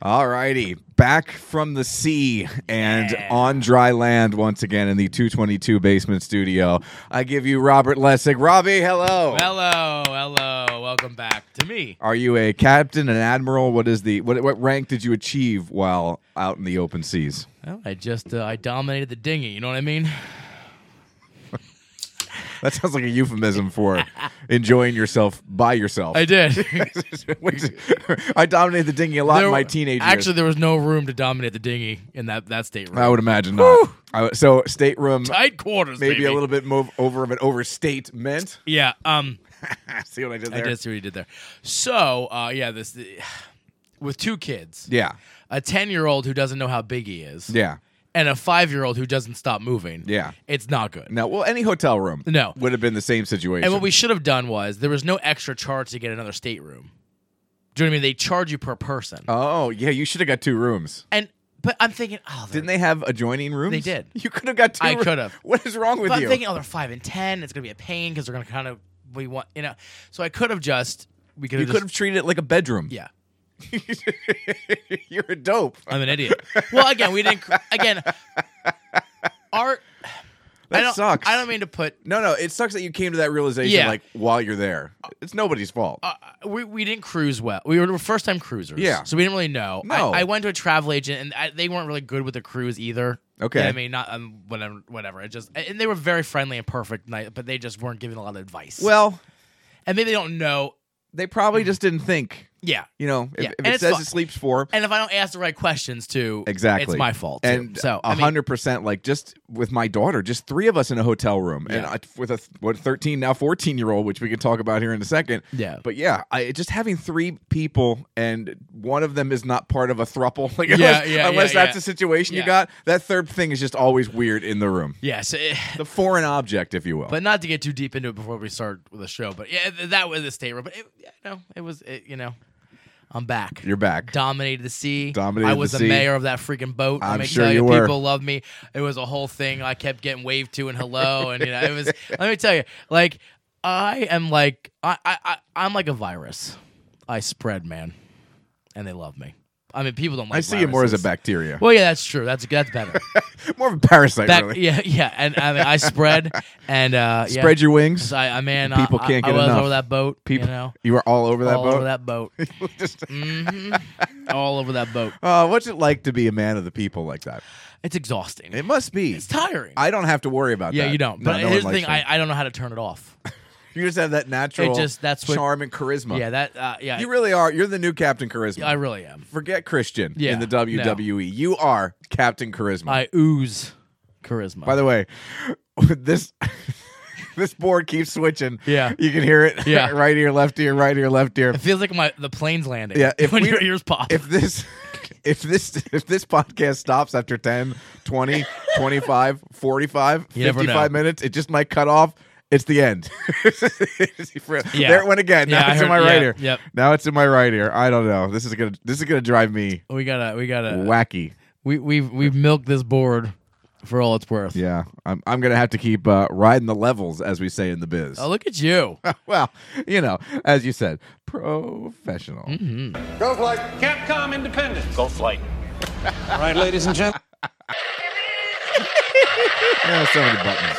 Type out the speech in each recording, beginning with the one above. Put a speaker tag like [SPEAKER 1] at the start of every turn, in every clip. [SPEAKER 1] All righty, back from the sea and on dry land once again in the 222 basement studio. I give you Robert Lessig. Robbie, hello.
[SPEAKER 2] Hello, hello. Welcome back to me.
[SPEAKER 1] Are you a captain, an admiral? What is the what, what rank did you achieve while out in the open seas?
[SPEAKER 2] Well, I just uh, I dominated the dinghy. You know what I mean?
[SPEAKER 1] That sounds like a euphemism for enjoying yourself by yourself.
[SPEAKER 2] I did.
[SPEAKER 1] Which- I dominated the dinghy a lot in my teenage years.
[SPEAKER 2] Actually, there was no room to dominate the dinghy in that that stateroom.
[SPEAKER 1] I would imagine not. I, so stateroom,
[SPEAKER 2] Tight quarters,
[SPEAKER 1] maybe
[SPEAKER 2] baby.
[SPEAKER 1] a little bit move over of an overstate meant.
[SPEAKER 2] Yeah. Um.
[SPEAKER 1] See what I did
[SPEAKER 2] I
[SPEAKER 1] there?
[SPEAKER 2] did see what he did there. So, uh, yeah, this with two kids,
[SPEAKER 1] Yeah,
[SPEAKER 2] a ten-year-old who doesn't know how big he is,
[SPEAKER 1] yeah.
[SPEAKER 2] and a five-year-old who doesn't stop moving.
[SPEAKER 1] Yeah.
[SPEAKER 2] It's not good.
[SPEAKER 1] No, well, any hotel room,
[SPEAKER 2] No.
[SPEAKER 1] would have been the same situation.
[SPEAKER 2] And what we should have done was there was no extra charge to get another stateroom. Do you know what I mean? They charge you per person.
[SPEAKER 1] oh yeah, you should have got two rooms.
[SPEAKER 2] And but I'm thinking, oh, they're-
[SPEAKER 1] Didn't they have adjoining rooms?
[SPEAKER 2] They did.
[SPEAKER 1] You could have got two.
[SPEAKER 2] I
[SPEAKER 1] roo-
[SPEAKER 2] could have.
[SPEAKER 1] What is wrong with
[SPEAKER 2] but
[SPEAKER 1] you?
[SPEAKER 2] I'm thinking, oh, they're five and ten. It's gonna be a pain because they're gonna kind of we want you know. So I could have just we could
[SPEAKER 1] you
[SPEAKER 2] have
[SPEAKER 1] could
[SPEAKER 2] just
[SPEAKER 1] have treated it like a bedroom.
[SPEAKER 2] yeah.
[SPEAKER 1] You're a dope.
[SPEAKER 2] I'm an idiot. well, again, we didn't. Again, art.
[SPEAKER 1] That
[SPEAKER 2] I don't,
[SPEAKER 1] sucks.
[SPEAKER 2] I don't mean to put.
[SPEAKER 1] No, no, it sucks that you came to that realization
[SPEAKER 2] Yeah.
[SPEAKER 1] like while you're there. It's nobody's fault.
[SPEAKER 2] Uh, we, we didn't cruise well. We were first time cruisers.
[SPEAKER 1] Yeah.
[SPEAKER 2] So we didn't really know.
[SPEAKER 1] No.
[SPEAKER 2] I, I went to a travel agent and I, they weren't really good with the cruise either.
[SPEAKER 1] Okay.
[SPEAKER 2] You know what I mean, not um, whatever, whatever. It just and they were very friendly and perfect, night, but they just weren't giving a lot of advice.
[SPEAKER 1] well,
[SPEAKER 2] and maybe they don't know.
[SPEAKER 1] they probably just didn't think.
[SPEAKER 2] Yeah.
[SPEAKER 1] You know, if,
[SPEAKER 2] Yeah,
[SPEAKER 1] if
[SPEAKER 2] and
[SPEAKER 1] it
[SPEAKER 2] it's
[SPEAKER 1] says
[SPEAKER 2] fu-
[SPEAKER 1] it sleeps four,
[SPEAKER 2] And if I don't ask the right questions, too,
[SPEAKER 1] exactly,
[SPEAKER 2] it's my fault. too.
[SPEAKER 1] And
[SPEAKER 2] so, I
[SPEAKER 1] a
[SPEAKER 2] mean,
[SPEAKER 1] hundred percent, like just with my daughter, just three of us in a hotel room, and
[SPEAKER 2] Yeah.
[SPEAKER 1] I, with a th- what thirteen now fourteen year old, which we can talk about here in a second.
[SPEAKER 2] Yeah.
[SPEAKER 1] but yeah, I just having three people and one of them is not part of a thruple. Like,
[SPEAKER 2] Yeah,
[SPEAKER 1] unless,
[SPEAKER 2] yeah,
[SPEAKER 1] unless
[SPEAKER 2] yeah,
[SPEAKER 1] that's
[SPEAKER 2] yeah.
[SPEAKER 1] the situation you
[SPEAKER 2] Yeah.
[SPEAKER 1] got, that third thing is just always weird in the room.
[SPEAKER 2] yes, it-
[SPEAKER 1] The foreign object, if you will.
[SPEAKER 2] but not to get too deep into it before we start with the show. But yeah, th- that was the stateroom. But it, yeah, no, it was, it, you know, I'm back.
[SPEAKER 1] You're back.
[SPEAKER 2] dominated the sea.
[SPEAKER 1] Dominated
[SPEAKER 2] I was
[SPEAKER 1] the
[SPEAKER 2] the,
[SPEAKER 1] sea.
[SPEAKER 2] mayor of that freaking boat.
[SPEAKER 1] I'm
[SPEAKER 2] Let me
[SPEAKER 1] sure
[SPEAKER 2] tell
[SPEAKER 1] you
[SPEAKER 2] you,
[SPEAKER 1] were.
[SPEAKER 2] people loved me. It was a whole thing. I kept getting waved to and hello, and you know, it was. let me tell you, like I am like I I, I I'm like a virus. I spread, man, and they love me. I mean, people don't like.
[SPEAKER 1] I see you more as a
[SPEAKER 2] viruses.
[SPEAKER 1] bacteria,
[SPEAKER 2] Well, yeah, that's true. That's that's better.
[SPEAKER 1] more of a parasite,
[SPEAKER 2] Back,
[SPEAKER 1] really.
[SPEAKER 2] yeah, yeah, and I mean, I spread, and uh, yeah,
[SPEAKER 1] Spread your wings.
[SPEAKER 2] So I, I man,
[SPEAKER 1] People
[SPEAKER 2] I,
[SPEAKER 1] can't
[SPEAKER 2] I,
[SPEAKER 1] get
[SPEAKER 2] I was
[SPEAKER 1] enough.
[SPEAKER 2] over that boat.
[SPEAKER 1] People,
[SPEAKER 2] you know,
[SPEAKER 1] were all over that
[SPEAKER 2] all
[SPEAKER 1] boat.
[SPEAKER 2] over that boat,
[SPEAKER 1] Just-
[SPEAKER 2] hmm all over that boat.
[SPEAKER 1] Uh, what's it like to be a man of the people like that?
[SPEAKER 2] It's exhausting.
[SPEAKER 1] It must be.
[SPEAKER 2] It's tiring.
[SPEAKER 1] I don't have to worry about
[SPEAKER 2] yeah,
[SPEAKER 1] that.
[SPEAKER 2] you don't.
[SPEAKER 1] No,
[SPEAKER 2] But
[SPEAKER 1] no one
[SPEAKER 2] here's the
[SPEAKER 1] likes
[SPEAKER 2] thing:
[SPEAKER 1] that.
[SPEAKER 2] I, I don't know how to turn it off.
[SPEAKER 1] you just have that natural
[SPEAKER 2] just- that's what-
[SPEAKER 1] charm and charisma.
[SPEAKER 2] yeah, that. Uh, yeah,
[SPEAKER 1] you really are. You're the new Captain Charisma.
[SPEAKER 2] I really am.
[SPEAKER 1] Forget Christian
[SPEAKER 2] Yeah,
[SPEAKER 1] in the
[SPEAKER 2] no.
[SPEAKER 1] WWE. You are Captain Charisma.
[SPEAKER 2] I ooze charisma.
[SPEAKER 1] By the way, this this board keeps switching.
[SPEAKER 2] Yeah.
[SPEAKER 1] you can hear it.
[SPEAKER 2] Yeah.
[SPEAKER 1] right ear, left ear, right ear, left ear.
[SPEAKER 2] it feels like my the plane's landing.
[SPEAKER 1] Yeah, if
[SPEAKER 2] when
[SPEAKER 1] we-
[SPEAKER 2] your ears pop.
[SPEAKER 1] if this if this if this podcast stops after 10 20 25 45
[SPEAKER 2] You never
[SPEAKER 1] 55
[SPEAKER 2] know.
[SPEAKER 1] minutes it just might cut off it's the end
[SPEAKER 2] Yeah.
[SPEAKER 1] there it went again now
[SPEAKER 2] Yeah, I
[SPEAKER 1] it's in
[SPEAKER 2] heard-
[SPEAKER 1] my right
[SPEAKER 2] yeah,
[SPEAKER 1] ear
[SPEAKER 2] yep.
[SPEAKER 1] now it's in my right ear i don't know this is gonna this is gonna drive me
[SPEAKER 2] we gotta, we gotta,
[SPEAKER 1] wacky
[SPEAKER 2] we we've we've milked this board for all it's worth.
[SPEAKER 1] yeah i'm, I'm gonna have to keep uh, riding the levels as we say in the biz
[SPEAKER 2] Oh, look at you.
[SPEAKER 1] well you know as you said professional
[SPEAKER 2] Mm.
[SPEAKER 3] Go flight.
[SPEAKER 4] Capcom Independence. Go flight. All right, ladies and gentlemen.
[SPEAKER 1] yeah, so many buttons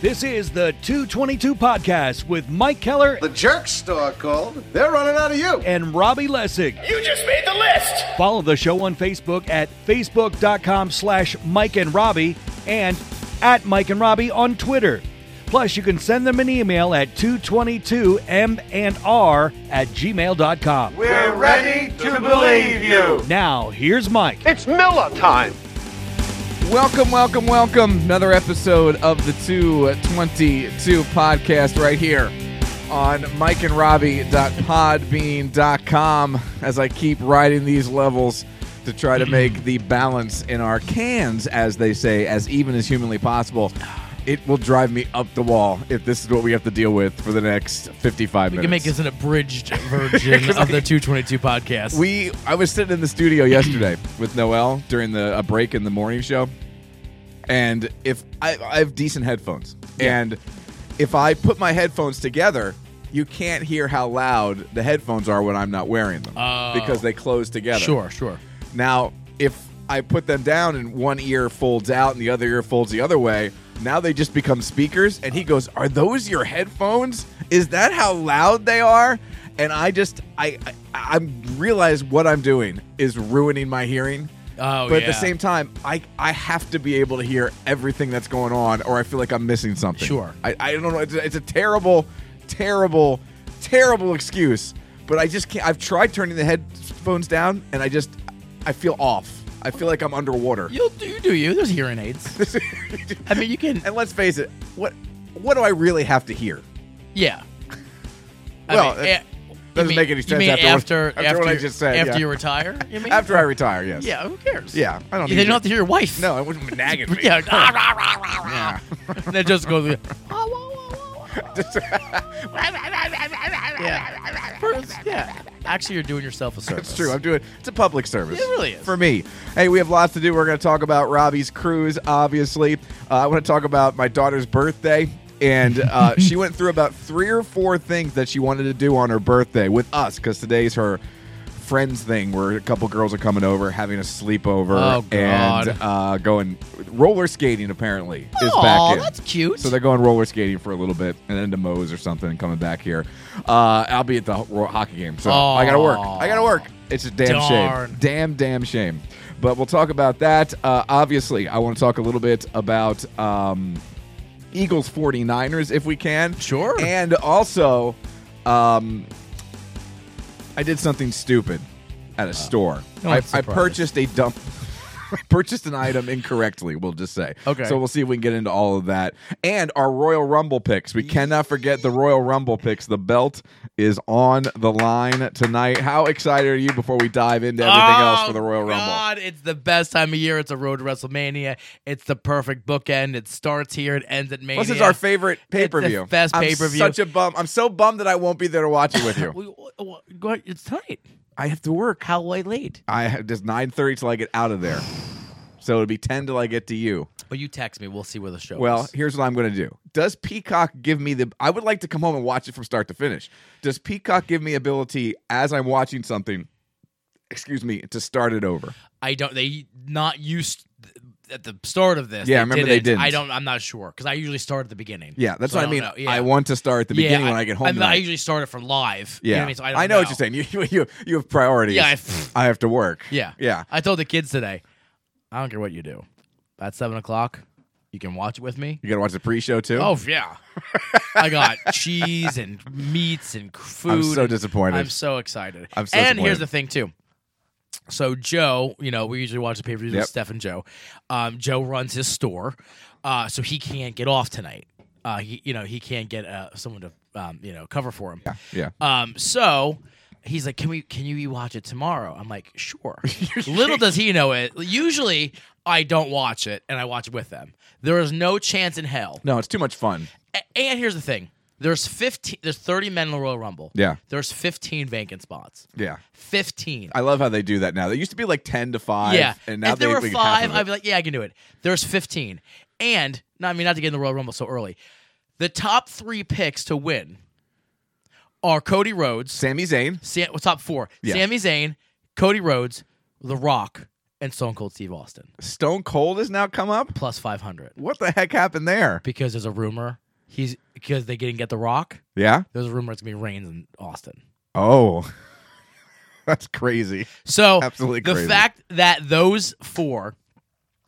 [SPEAKER 5] This is the 222 Podcast with Mike Keller
[SPEAKER 3] The jerk store called. They're running out of you.
[SPEAKER 5] and Robbie Lessig.
[SPEAKER 6] You just made the list!
[SPEAKER 5] Follow the show on Facebook at facebook.com slash Mike and Robbie and at Mike and Robbie on Twitter. Plus, you can send them an email at 222m&r at gmail.com.
[SPEAKER 3] We're ready to believe you.
[SPEAKER 5] Now, here's Mike.
[SPEAKER 7] It's Miller time.
[SPEAKER 1] Welcome, welcome, welcome. Another episode of the 222 podcast right here on mikeandrobbie.podbean.com as I keep riding these levels to try to make the balance in our cans, as they say, as even as humanly possible. It will drive me up the wall if this is what we have to deal with for the next 55
[SPEAKER 2] We
[SPEAKER 1] minutes.
[SPEAKER 2] can make this an abridged version of the 222 podcast.
[SPEAKER 1] We I was sitting in the studio yesterday with Noel during the a break in the morning show, and if I, I have decent headphones, and if I put my headphones together, you can't hear how loud the headphones are when I'm not wearing them
[SPEAKER 2] Oh.
[SPEAKER 1] because they close together.
[SPEAKER 2] sure, sure.
[SPEAKER 1] Now, if I put them down and one ear folds out and the other ear folds the other way, now they just become speakers. And he goes, "Are those your headphones? Is that how loud they are?" And I just, I, I, I realize what I'm doing is ruining my hearing.
[SPEAKER 2] Oh,
[SPEAKER 1] but at the
[SPEAKER 2] yeah.
[SPEAKER 1] same time, I, I have to be able to hear everything that's going on, or I feel like I'm missing something.
[SPEAKER 2] Sure.
[SPEAKER 1] I, I don't know. It's a, it's a terrible, terrible, terrible excuse. But I just can't. I've tried turning the headphones down, and I just I feel off. I feel like I'm underwater.
[SPEAKER 2] You'll do you do you. There's hearing aids. I mean, you can.
[SPEAKER 1] and let's face it, what what do I really have to hear?
[SPEAKER 2] Yeah.
[SPEAKER 1] Well,
[SPEAKER 2] mean,
[SPEAKER 1] that
[SPEAKER 2] eh, you
[SPEAKER 1] doesn't
[SPEAKER 2] mean-
[SPEAKER 1] make any sense
[SPEAKER 2] you mean
[SPEAKER 1] after what-
[SPEAKER 2] after,
[SPEAKER 1] after what I just said,
[SPEAKER 2] After
[SPEAKER 1] yeah.
[SPEAKER 2] you retire, you mean?
[SPEAKER 1] After I retire, yes.
[SPEAKER 2] yeah, who cares?
[SPEAKER 1] Yeah, I don't
[SPEAKER 2] They
[SPEAKER 1] need
[SPEAKER 2] don't
[SPEAKER 1] it.
[SPEAKER 2] have to hear your wife.
[SPEAKER 1] No, it wouldn't be nagging me.
[SPEAKER 2] Yeah. rah, rah, rah, rah, rah. And That just goes. yeah. First, yeah. Actually, you're doing yourself a service.
[SPEAKER 1] It's true. I'm doing it's a public service.
[SPEAKER 2] It really is.
[SPEAKER 1] For me. Hey, we have lots to do. We're going to talk about Robbie's cruise, obviously. Uh, I want to talk about my daughter's birthday. And uh, she went through about three or four things that she wanted to do on her birthday with us because today's her friends thing where a couple girls are coming over, having a sleepover,
[SPEAKER 2] Oh, God.
[SPEAKER 1] and uh, going roller skating, apparently, is
[SPEAKER 2] Aw,
[SPEAKER 1] back in.
[SPEAKER 2] that's cute.
[SPEAKER 1] So they're going roller skating for a little bit and then to Moe's or something and coming back here. Uh, I'll be at the ho- hockey game. So I got to work. I got to work. It's a damn
[SPEAKER 2] Darn.
[SPEAKER 1] shame. Damn, damn shame. But we'll talk about that. Uh, obviously, I want to talk a little bit about um, Eagles 49ers if we can.
[SPEAKER 2] Sure.
[SPEAKER 1] And also, um, I did something stupid at a store.
[SPEAKER 2] no
[SPEAKER 1] I,
[SPEAKER 2] one's
[SPEAKER 1] I
[SPEAKER 2] Uh, oh, surprised.
[SPEAKER 1] purchased a dump. I purchased an item incorrectly, we'll just say.
[SPEAKER 2] Okay.
[SPEAKER 1] So we'll see if we can get into all of that. And our Royal Rumble picks. We cannot forget the Royal Rumble picks. The belt is on the line tonight. How excited are you before we dive into everything else for the Royal Rumble?
[SPEAKER 2] Oh, God, it's the best time of year. It's a road to WrestleMania. It's the perfect bookend. It starts here. It ends at Mania.
[SPEAKER 1] Plus, it's our favorite pay per view.
[SPEAKER 2] It's the best pay-per-view.
[SPEAKER 1] Such a bum. I'm so bummed that I won't be there to watch it with you.
[SPEAKER 2] We- w- w- go ahead. It's tonight.
[SPEAKER 1] I have to work.
[SPEAKER 2] How late?
[SPEAKER 1] I have just 9:30 till I get out of there. So it'll be 10 till I get to you.
[SPEAKER 2] Well, you text me. We'll see where the show
[SPEAKER 1] Well,
[SPEAKER 2] is.
[SPEAKER 1] here's what I'm going to do. Does Peacock give me the? I would like to come home and watch it from start to finish. Does Peacock give me ability as I'm watching something? Excuse me, to start it over.
[SPEAKER 2] I don't. They not used at the start of this.
[SPEAKER 1] Yeah, I remember they didn't.
[SPEAKER 2] I don't. I'm not sure because I usually start at the beginning.
[SPEAKER 1] Yeah, that's
[SPEAKER 2] So
[SPEAKER 1] what I,
[SPEAKER 2] don't
[SPEAKER 1] mean.
[SPEAKER 2] know. Yeah.
[SPEAKER 1] I want to start at the
[SPEAKER 2] Yeah,
[SPEAKER 1] beginning when I get home.
[SPEAKER 2] I, mean, I
[SPEAKER 1] tonight.
[SPEAKER 2] usually start it for live.
[SPEAKER 1] yeah,
[SPEAKER 2] you know what I, mean? So I, don't
[SPEAKER 1] know, what you're saying. You you you, you have priorities.
[SPEAKER 2] Yeah, I f-
[SPEAKER 1] I have to work.
[SPEAKER 2] Yeah,
[SPEAKER 1] yeah.
[SPEAKER 2] I told the kids today. I don't care what you do. At seven o'clock, you can watch it with me.
[SPEAKER 1] You got to watch the pre-show too.
[SPEAKER 2] Oh yeah, I got cheese and meats and food.
[SPEAKER 1] I'm so
[SPEAKER 2] and-
[SPEAKER 1] disappointed.
[SPEAKER 2] I'm so excited.
[SPEAKER 1] I'm so
[SPEAKER 2] and here's
[SPEAKER 1] disappointed.
[SPEAKER 2] the thing too. So Joe, you know, we usually watch the pay per views
[SPEAKER 1] Yep.
[SPEAKER 2] with Steph and Joe. Um, Joe runs his store, uh, so he can't get off tonight. Uh, he, you know, he can't get uh, someone to, um, you know, cover for him.
[SPEAKER 1] yeah.
[SPEAKER 2] Um, so he's like, "Can we? Can you watch it tomorrow?" I'm like, "Sure." Little does he know it. Usually, I don't watch it, and I watch it with them. There is no chance in hell.
[SPEAKER 1] No, it's too much fun.
[SPEAKER 2] A- And here's the thing: there's 15. There's 30 men in the Royal Rumble.
[SPEAKER 1] Yeah.
[SPEAKER 2] There's 15 vacant spots.
[SPEAKER 1] Yeah,
[SPEAKER 2] 15.
[SPEAKER 1] I love how they do that now. They used to be like ten to five.
[SPEAKER 2] yeah.
[SPEAKER 1] and now
[SPEAKER 2] if there
[SPEAKER 1] they
[SPEAKER 2] were
[SPEAKER 1] leave half
[SPEAKER 2] five,
[SPEAKER 1] of it.
[SPEAKER 2] I'd be like, "Yeah, I can do it." There's 15, and no, I mean not to get in the Royal Rumble so early. The top three picks to win are Cody Rhodes.
[SPEAKER 1] Sami Zayn.
[SPEAKER 2] Sam, well, top four:
[SPEAKER 1] Yeah.
[SPEAKER 2] Sami Zayn, Cody Rhodes, The Rock, and Stone Cold Steve Austin.
[SPEAKER 1] Stone Cold has now come up.
[SPEAKER 2] Plus five hundred
[SPEAKER 1] What the heck happened there?
[SPEAKER 2] because there's a rumor he's because they didn't get The Rock.
[SPEAKER 1] Yeah.
[SPEAKER 2] There's a rumor it's gonna be Reigns and Austin.
[SPEAKER 1] Oh, that's crazy.
[SPEAKER 2] So
[SPEAKER 1] Absolutely
[SPEAKER 2] the
[SPEAKER 1] crazy.
[SPEAKER 2] fact that those four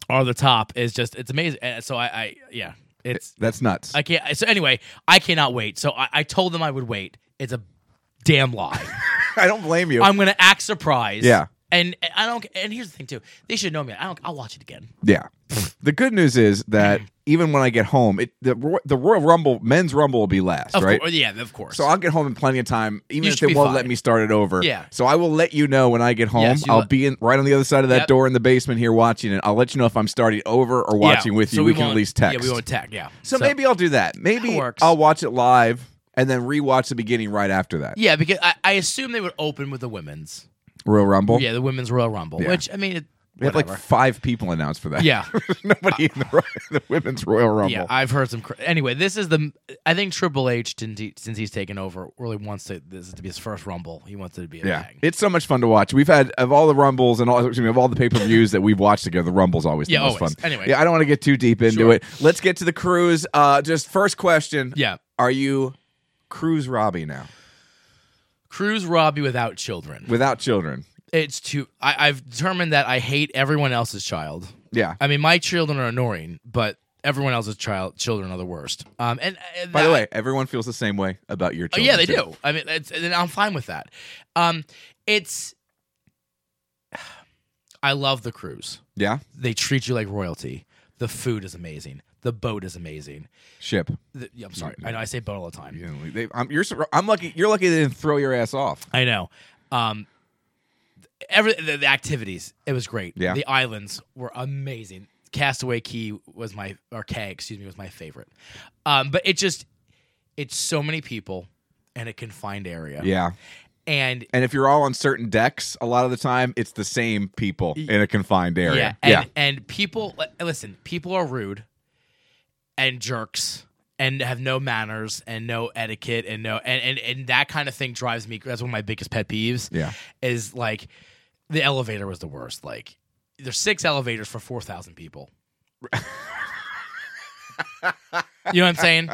[SPEAKER 2] are the top is just it's amazing. And so I, I yeah, it's
[SPEAKER 1] That's nuts.
[SPEAKER 2] I can't. So anyway, I cannot wait. So I, I told them I would wait. It's a damn lie.
[SPEAKER 1] I don't blame you.
[SPEAKER 2] I'm gonna act surprised.
[SPEAKER 1] Yeah.
[SPEAKER 2] And and I don't. And here's the thing too. They should know me. I don't. I'll watch it again.
[SPEAKER 1] yeah. the good news is that even when I get home, it the Ro- the Royal Rumble men's Rumble will be last,
[SPEAKER 2] Of
[SPEAKER 1] right?
[SPEAKER 2] course, yeah, of course.
[SPEAKER 1] So I'll get home in plenty of time, even
[SPEAKER 2] You
[SPEAKER 1] if
[SPEAKER 2] should
[SPEAKER 1] they
[SPEAKER 2] be
[SPEAKER 1] won't let
[SPEAKER 2] fine.
[SPEAKER 1] me start it over.
[SPEAKER 2] Yeah.
[SPEAKER 1] So I will let you know when I get home.
[SPEAKER 2] Yes, you
[SPEAKER 1] I'll
[SPEAKER 2] let-
[SPEAKER 1] be in right on the other side of that
[SPEAKER 2] Yep.
[SPEAKER 1] door in the basement here watching it. I'll let you know if I'm starting over or
[SPEAKER 2] Yeah,
[SPEAKER 1] watching with you.
[SPEAKER 2] so
[SPEAKER 1] we, can at
[SPEAKER 2] won't-
[SPEAKER 1] least text.
[SPEAKER 2] Yeah, we won't text. Yeah.
[SPEAKER 1] So, maybe I'll do that. Maybe
[SPEAKER 2] That works.
[SPEAKER 1] I'll watch it live and then rewatch the beginning right after that.
[SPEAKER 2] Yeah, because I, I assume they would open with the women's.
[SPEAKER 1] Royal Rumble.
[SPEAKER 2] Yeah, the women's Royal Rumble.
[SPEAKER 1] Oh. Yeah.
[SPEAKER 2] Which I mean, it,
[SPEAKER 1] We have
[SPEAKER 2] whatever.
[SPEAKER 1] like five people announced for that.
[SPEAKER 2] Yeah.
[SPEAKER 1] There's nobody in the, Roy- the women's Royal Rumble.
[SPEAKER 2] Uh, Yeah, I've heard some. Cr- anyway, this is the. I think Triple H, since he- since he's taken over, really wants to, this is to be his first Rumble. He wants it to be a
[SPEAKER 1] Yeah.
[SPEAKER 2] bang.
[SPEAKER 1] it's so much fun to watch. We've had of all the rumbles and all excuse me, of all the pay per views that we've watched together. The rumbles always
[SPEAKER 2] Yeah,
[SPEAKER 1] the most
[SPEAKER 2] always.
[SPEAKER 1] fun.
[SPEAKER 2] Anyway.
[SPEAKER 1] yeah, I don't want to get too deep into
[SPEAKER 2] Sure.
[SPEAKER 1] it. Let's get to the cruise. Uh, just first question.
[SPEAKER 2] Yeah.
[SPEAKER 1] are you cruise Robbie now
[SPEAKER 2] Cruise Robbie without children.
[SPEAKER 1] without children?
[SPEAKER 2] it's too. I, I've determined that I hate everyone else's child.
[SPEAKER 1] Yeah.
[SPEAKER 2] I mean, my children are annoying, but everyone else's child children are the worst. Um, and, and
[SPEAKER 1] By the
[SPEAKER 2] that-
[SPEAKER 1] way, everyone feels the same way about your
[SPEAKER 2] Oh,
[SPEAKER 1] children.
[SPEAKER 2] yeah, they
[SPEAKER 1] too.
[SPEAKER 2] do. I mean, it's, and I'm fine with that. Um, it's. I love the cruise.
[SPEAKER 1] Yeah,
[SPEAKER 2] They treat you like royalty. The food is amazing. The boat is amazing.
[SPEAKER 1] ship.
[SPEAKER 2] The, yeah, I'm sorry. I know I say boat all the time.
[SPEAKER 1] You know, they- I'm, you're, sur- I'm lucky. You're lucky they didn't throw your ass off.
[SPEAKER 2] I know. Um, every the, the activities, it was great.
[SPEAKER 1] Yeah.
[SPEAKER 2] The islands were amazing. Castaway Key was my or Keg, excuse me, was my favorite. Um, but it just it's so many people and a confined area.
[SPEAKER 1] Yeah,
[SPEAKER 2] And
[SPEAKER 1] and if you're all on certain decks, a lot of the time it's the same people in a confined area.
[SPEAKER 2] Yeah, and, and people li- listen. People are rude and jerks and have no manners and no etiquette and no and and, and that kind of thing drives me. That's one of my biggest pet peeves.
[SPEAKER 1] Yeah.
[SPEAKER 2] is like the elevator was the worst. Like there's six elevators for four thousand people. you know what I'm saying?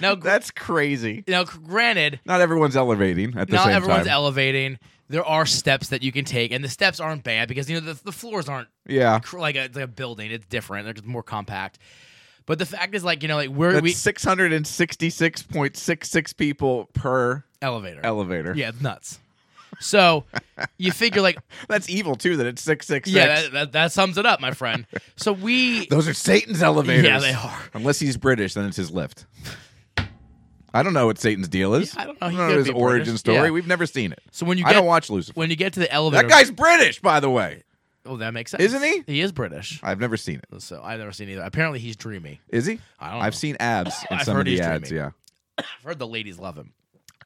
[SPEAKER 2] Now, gr-
[SPEAKER 1] that's crazy.
[SPEAKER 2] now, granted,
[SPEAKER 1] Not everyone's elevating at the
[SPEAKER 2] not
[SPEAKER 1] same
[SPEAKER 2] everyone's
[SPEAKER 1] time.
[SPEAKER 2] elevating. There are steps that you can take, and the steps aren't bad because you know the, the floors aren't
[SPEAKER 1] yeah,
[SPEAKER 2] cr- like a, it's like a building. It's different. They're just more compact. But the fact is, like you know, like we're
[SPEAKER 1] that's
[SPEAKER 2] we
[SPEAKER 1] six hundred and sixty-six point six six people per
[SPEAKER 2] elevator.
[SPEAKER 1] elevator.
[SPEAKER 2] yeah, it's nuts. So you figure like
[SPEAKER 1] that's evil too. That it's six six six.
[SPEAKER 2] yeah, that, that, that sums it up, my friend. So we
[SPEAKER 1] Those are Satan's elevators.
[SPEAKER 2] Yeah, they are.
[SPEAKER 1] Unless he's British, then it's his lift. I don't know what Satan's deal is.
[SPEAKER 2] Yeah, I don't know. He
[SPEAKER 1] know
[SPEAKER 2] could
[SPEAKER 1] his
[SPEAKER 2] be
[SPEAKER 1] origin
[SPEAKER 2] British.
[SPEAKER 1] story.
[SPEAKER 2] Yeah.
[SPEAKER 1] We've never seen it.
[SPEAKER 2] so when you
[SPEAKER 1] I
[SPEAKER 2] get
[SPEAKER 1] don't watch Lucifer.
[SPEAKER 2] when you get to the elevator,
[SPEAKER 1] that guy's British, by the way.
[SPEAKER 2] oh that makes sense,
[SPEAKER 1] Isn't he?
[SPEAKER 2] He is British.
[SPEAKER 1] I've never seen it.
[SPEAKER 2] So I've never seen either. Apparently he's dreamy.
[SPEAKER 1] Is he?
[SPEAKER 2] I don't
[SPEAKER 1] I've
[SPEAKER 2] know.
[SPEAKER 1] seen abs in
[SPEAKER 2] I've
[SPEAKER 1] some of
[SPEAKER 2] heard
[SPEAKER 1] the
[SPEAKER 2] he's
[SPEAKER 1] ads.
[SPEAKER 2] dreaming.
[SPEAKER 1] Yeah,
[SPEAKER 2] I've heard the ladies love him.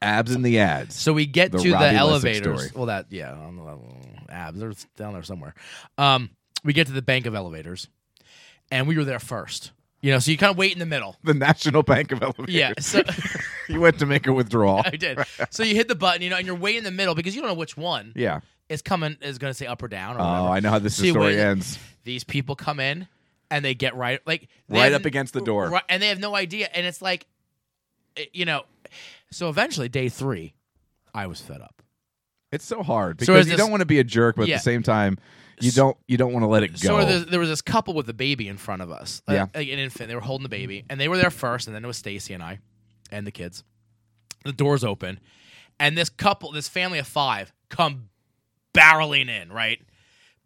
[SPEAKER 1] abs in the ads.
[SPEAKER 2] So we get
[SPEAKER 1] The
[SPEAKER 2] to
[SPEAKER 1] Robbie
[SPEAKER 2] the
[SPEAKER 1] Lessig
[SPEAKER 2] elevators.
[SPEAKER 1] story.
[SPEAKER 2] Well, that yeah, I don't know, abs. They're down there somewhere. Um, we get to the bank of elevators, and we were there first. You know, so you kind of wait in the middle.
[SPEAKER 1] the National Bank of Elevators.
[SPEAKER 2] Yeah, so
[SPEAKER 1] you went to make a withdrawal.
[SPEAKER 2] I did. So you hit the button, you know, and you're way in the middle because you don't know which one
[SPEAKER 1] Yeah.
[SPEAKER 2] is coming is going to say up or down. Or
[SPEAKER 1] Oh,
[SPEAKER 2] whatever.
[SPEAKER 1] I know how this
[SPEAKER 2] See,
[SPEAKER 1] story
[SPEAKER 2] wait-
[SPEAKER 1] ends.
[SPEAKER 2] These people come in and they get right like they
[SPEAKER 1] Right
[SPEAKER 2] have-
[SPEAKER 1] up against the door.
[SPEAKER 2] right, and they have no idea. And it's like, it- you know, so eventually day three, I was fed up.
[SPEAKER 1] It's so hard
[SPEAKER 2] So
[SPEAKER 1] because
[SPEAKER 2] is
[SPEAKER 1] you
[SPEAKER 2] this-
[SPEAKER 1] don't want to be a jerk, but
[SPEAKER 2] Yeah.
[SPEAKER 1] at the same time, you don't you don't want to let it
[SPEAKER 2] So
[SPEAKER 1] go.
[SPEAKER 2] there, there was this couple with a baby in front of us,
[SPEAKER 1] Yeah.
[SPEAKER 2] like, like an infant. They were holding the baby, and they were there first, and then it was Stacy and I, and the kids. The doors open, and this couple, this family of five, come barreling in, right?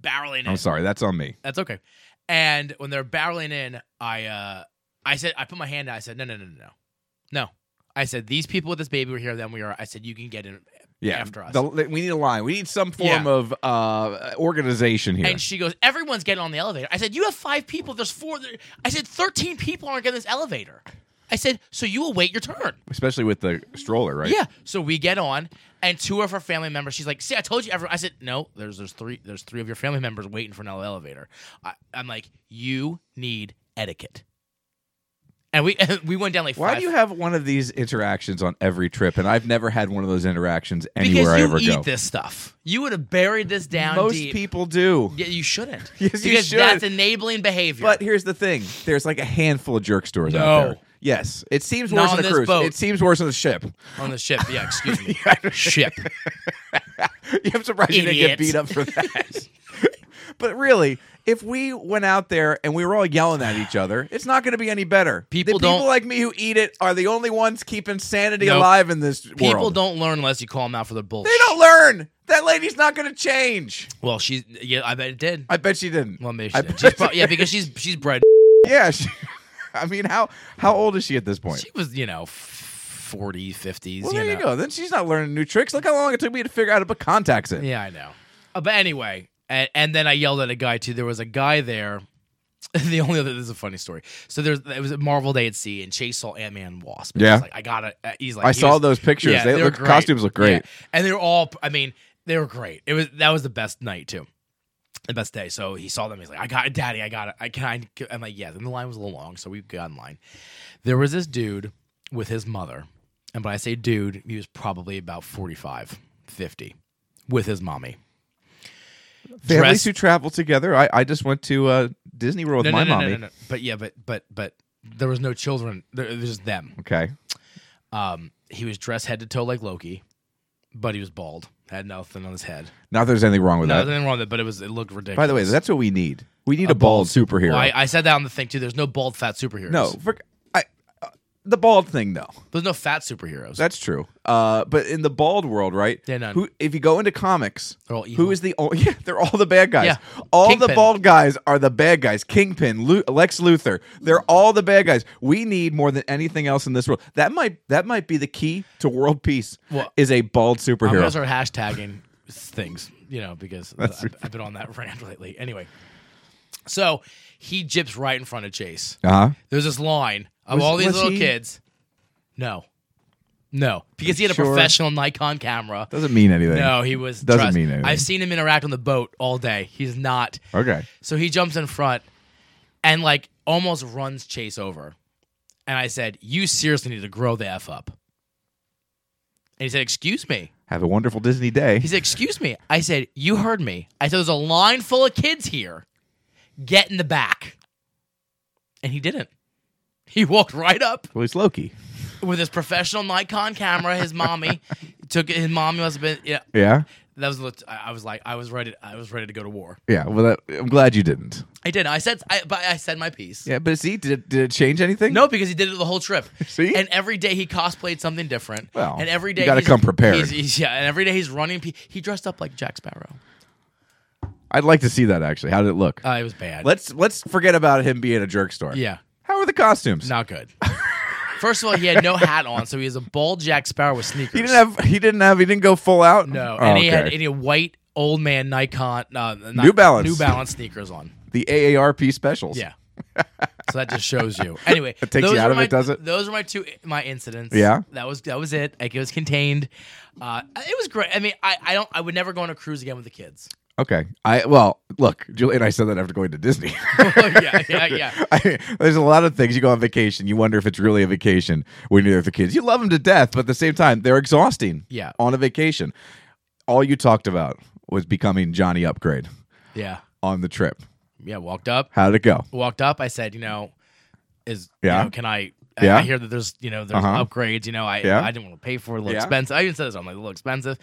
[SPEAKER 2] Barreling in.
[SPEAKER 1] I'm sorry, that's on me.
[SPEAKER 2] That's okay. And when they're barreling in, I uh I said I put my hand out. I said, No, no, no, no, no. No. I said, these people with this baby were here, then we are. I said, you can get in
[SPEAKER 1] Yeah,
[SPEAKER 2] after us.
[SPEAKER 1] the- we need a line. We need some form
[SPEAKER 2] Yeah.
[SPEAKER 1] of uh, organization here.
[SPEAKER 2] And she goes, everyone's getting on the elevator. I said, you have five people. There's four. there- I said, 13 people aren't getting this elevator. I said, so you will wait your turn.
[SPEAKER 1] Especially with the stroller, right?
[SPEAKER 2] Yeah. So we get on, and two of her family members. She's like, "See, I told you." Everyone. I said, "No, there's there's three there's three of your family members waiting for an elevator." I, I'm like, "You need etiquette." And we we went down like
[SPEAKER 1] Why
[SPEAKER 2] five.
[SPEAKER 1] do you have one of these interactions on every trip? And I've never had one of those interactions anywhere
[SPEAKER 2] because
[SPEAKER 1] I
[SPEAKER 2] you
[SPEAKER 1] ever
[SPEAKER 2] eat
[SPEAKER 1] go.
[SPEAKER 2] this stuff. You would have buried this down
[SPEAKER 1] Most
[SPEAKER 2] deep.
[SPEAKER 1] people do.
[SPEAKER 2] Yeah, you shouldn't.
[SPEAKER 1] Yes, you
[SPEAKER 2] because
[SPEAKER 1] should.
[SPEAKER 2] that's enabling behavior.
[SPEAKER 1] But here's the thing: there's like a handful of jerk stores out
[SPEAKER 2] No.
[SPEAKER 1] there. Yes, it seems
[SPEAKER 2] Not
[SPEAKER 1] worse
[SPEAKER 2] on
[SPEAKER 1] on a
[SPEAKER 2] this
[SPEAKER 1] cruise.
[SPEAKER 2] boat.
[SPEAKER 1] It seems worse on a ship.
[SPEAKER 2] on the ship, yeah. Excuse me, ship.
[SPEAKER 1] I'm surprised you didn't get
[SPEAKER 2] Idiot.
[SPEAKER 1] beat up for that. but really, if we went out there and we were all yelling at each other, it's not going to be any better.
[SPEAKER 2] People
[SPEAKER 1] the people
[SPEAKER 2] don't-
[SPEAKER 1] like me who eat it are the only ones keeping sanity
[SPEAKER 2] Nope.
[SPEAKER 1] alive in this
[SPEAKER 2] People
[SPEAKER 1] world.
[SPEAKER 2] don't learn unless you call them out for their bullshit.
[SPEAKER 1] They don't learn. That lady's not going to change.
[SPEAKER 2] Well, she's yeah. I bet it did.
[SPEAKER 1] I bet she didn't.
[SPEAKER 2] well, maybe she
[SPEAKER 1] I
[SPEAKER 2] did.
[SPEAKER 1] bet
[SPEAKER 2] She's pro- yeah, because she's she's bred.
[SPEAKER 1] yeah. She, I mean, how how old is she at this point?
[SPEAKER 2] She was, you know, 40, 50s.
[SPEAKER 1] well,
[SPEAKER 2] you
[SPEAKER 1] there you
[SPEAKER 2] know.
[SPEAKER 1] go. Then she's not learning new tricks. Look how long it took me to figure out how to put contacts in.
[SPEAKER 2] Yeah, I know. Uh, but anyway, and, and then I yelled at a guy too. There was a guy there. The only other this is a funny story. So there's it was a Marvel Day at Sea, and Chase saw Ant Man and Wasp. And
[SPEAKER 1] Yeah.
[SPEAKER 2] he's like I got to He's like
[SPEAKER 1] I
[SPEAKER 2] he
[SPEAKER 1] saw
[SPEAKER 2] was-
[SPEAKER 1] those pictures. They
[SPEAKER 2] were
[SPEAKER 1] look-
[SPEAKER 2] great.
[SPEAKER 1] costumes look great.
[SPEAKER 2] Yeah. and they were all. I mean, they were great. It was that was the best night too. The best day. So he saw them. He's like, I got it, Daddy. I got it. I can. I, I'm like, yeah. Then the line was a little long, so we got in line. There was this dude with his mother. And when I say dude, he was probably about 45, 50 with his mommy.
[SPEAKER 1] Families
[SPEAKER 2] Dress-
[SPEAKER 1] who travel together. I, I just went to uh, Disney World with my mommy.
[SPEAKER 2] But yeah, but but but there was no children. There, it was just them.
[SPEAKER 1] Okay.
[SPEAKER 2] Um, he was dressed head to toe like Loki, but he was bald. Had nothing on his head.
[SPEAKER 1] Not that there's anything wrong with
[SPEAKER 2] No,
[SPEAKER 1] that.
[SPEAKER 2] there's nothing wrong with it, but it was it looked ridiculous.
[SPEAKER 1] By the way, that's what we need. We need a, bald,
[SPEAKER 2] bald-
[SPEAKER 1] superhero.
[SPEAKER 2] Well, Oh, I, I said that on the thing too. There's no bald fat superheroes.
[SPEAKER 1] no, for, I, uh, the bald thing, no.
[SPEAKER 2] there's no fat superheroes.
[SPEAKER 1] That's true. Uh, but in the bald world, right?
[SPEAKER 2] They're none.
[SPEAKER 1] Who, if you go into comics,
[SPEAKER 2] They're all evil.
[SPEAKER 1] who is the o- yeah? They're all the bad guys.
[SPEAKER 2] Yeah.
[SPEAKER 1] All
[SPEAKER 2] Kingpin.
[SPEAKER 1] the bald guys are the bad guys. Kingpin, Lu- Lex Luthor, they're
[SPEAKER 2] Mm.
[SPEAKER 1] all the bad guys. We need more than anything else in this world. That might that might be the key to world peace.
[SPEAKER 2] Well,
[SPEAKER 1] is a bald
[SPEAKER 2] I'm
[SPEAKER 1] superhero?
[SPEAKER 2] gonna start hashtagging things, you know, because I've, I've been on that rant lately. Anyway, so he jips right in front of Chase.
[SPEAKER 1] Uh huh.
[SPEAKER 2] There's this line of
[SPEAKER 1] Was-
[SPEAKER 2] all these
[SPEAKER 1] was
[SPEAKER 2] little
[SPEAKER 1] he-
[SPEAKER 2] kids. No, no, because he had a
[SPEAKER 1] Sure.
[SPEAKER 2] professional Nikon camera.
[SPEAKER 1] Doesn't mean anything.
[SPEAKER 2] No, he was.
[SPEAKER 1] Doesn't
[SPEAKER 2] trust-
[SPEAKER 1] mean anything.
[SPEAKER 2] I've seen him interact on the boat all day. He's not.
[SPEAKER 1] Okay.
[SPEAKER 2] So he jumps in front and like almost runs Chase over. And I said, "You seriously need to grow the f up." And he said, "Excuse me."
[SPEAKER 1] Have a wonderful Disney day.
[SPEAKER 2] He said, "Excuse me." I said, "You heard me." I said, "There's a line full of kids here. Get in the back." And he didn't. He walked right up
[SPEAKER 1] Well, he's Loki.
[SPEAKER 2] with his professional Nikon camera. His mommy took his mommy must have been yeah.
[SPEAKER 1] Yeah.
[SPEAKER 2] That was what I I was like. I was ready. I was ready to go to war.
[SPEAKER 1] Yeah. Well, that, I'm glad you didn't.
[SPEAKER 2] I did. I said. I but I said my piece.
[SPEAKER 1] Yeah, but see, did it, did it change anything?
[SPEAKER 2] No, because he did it the whole trip.
[SPEAKER 1] See?
[SPEAKER 2] and every day he cosplayed something different.
[SPEAKER 1] Well,
[SPEAKER 2] and every
[SPEAKER 1] you
[SPEAKER 2] day
[SPEAKER 1] gotta
[SPEAKER 2] he's-
[SPEAKER 1] come prepared.
[SPEAKER 2] he's- he's- yeah, and every day he's running. pe- He dressed up like Jack Sparrow.
[SPEAKER 1] I'd like to see that actually. How did it look?
[SPEAKER 2] Uh, it was bad.
[SPEAKER 1] let's let's forget about him being a jerk store.
[SPEAKER 2] yeah,
[SPEAKER 1] How are the costumes?
[SPEAKER 2] not good. First of all, he had no hat on, so he was a bald Jack Sparrow with sneakers.
[SPEAKER 1] He didn't have. He didn't have. He didn't go full out.
[SPEAKER 2] no,
[SPEAKER 1] Oh,
[SPEAKER 2] and he had
[SPEAKER 1] okay.
[SPEAKER 2] any white old man Nikon uh, not-
[SPEAKER 1] New Balance.
[SPEAKER 2] New Balance sneakers on.
[SPEAKER 1] the AARP specials.
[SPEAKER 2] Yeah. So that just shows you. Anyway,
[SPEAKER 1] It takes you
[SPEAKER 2] those
[SPEAKER 1] out
[SPEAKER 2] were
[SPEAKER 1] of
[SPEAKER 2] my,
[SPEAKER 1] it, does it?
[SPEAKER 2] Those were my two my incidents.
[SPEAKER 1] Yeah.
[SPEAKER 2] that was that was it. Like it was contained. Uh, it was great. I mean, I, I don't. I would never go on a cruise again with the kids.
[SPEAKER 1] Okay. I well, look, Julie and I said that after going to Disney.
[SPEAKER 2] yeah, yeah, yeah.
[SPEAKER 1] I, there's a lot of things you go on vacation. You wonder if it's really a vacation when you're there with the kids. You love them to death, but at the same time, they're exhausting.
[SPEAKER 2] Yeah.
[SPEAKER 1] On a vacation, all you talked about was becoming Johnny Upgrade
[SPEAKER 2] Yeah.
[SPEAKER 1] on the trip.
[SPEAKER 2] Yeah. Walked up.
[SPEAKER 1] How would it go?
[SPEAKER 2] Walked up. I said, you know, is you
[SPEAKER 1] Yeah.
[SPEAKER 2] know, can I I-
[SPEAKER 1] Yeah.
[SPEAKER 2] I hear that there's you know there's
[SPEAKER 1] Uh-huh.
[SPEAKER 2] upgrades. You know, I
[SPEAKER 1] Yeah.
[SPEAKER 2] I didn't want to pay for it. A little
[SPEAKER 1] Yeah.
[SPEAKER 2] expensive. I even said this. I'm like a little expensive.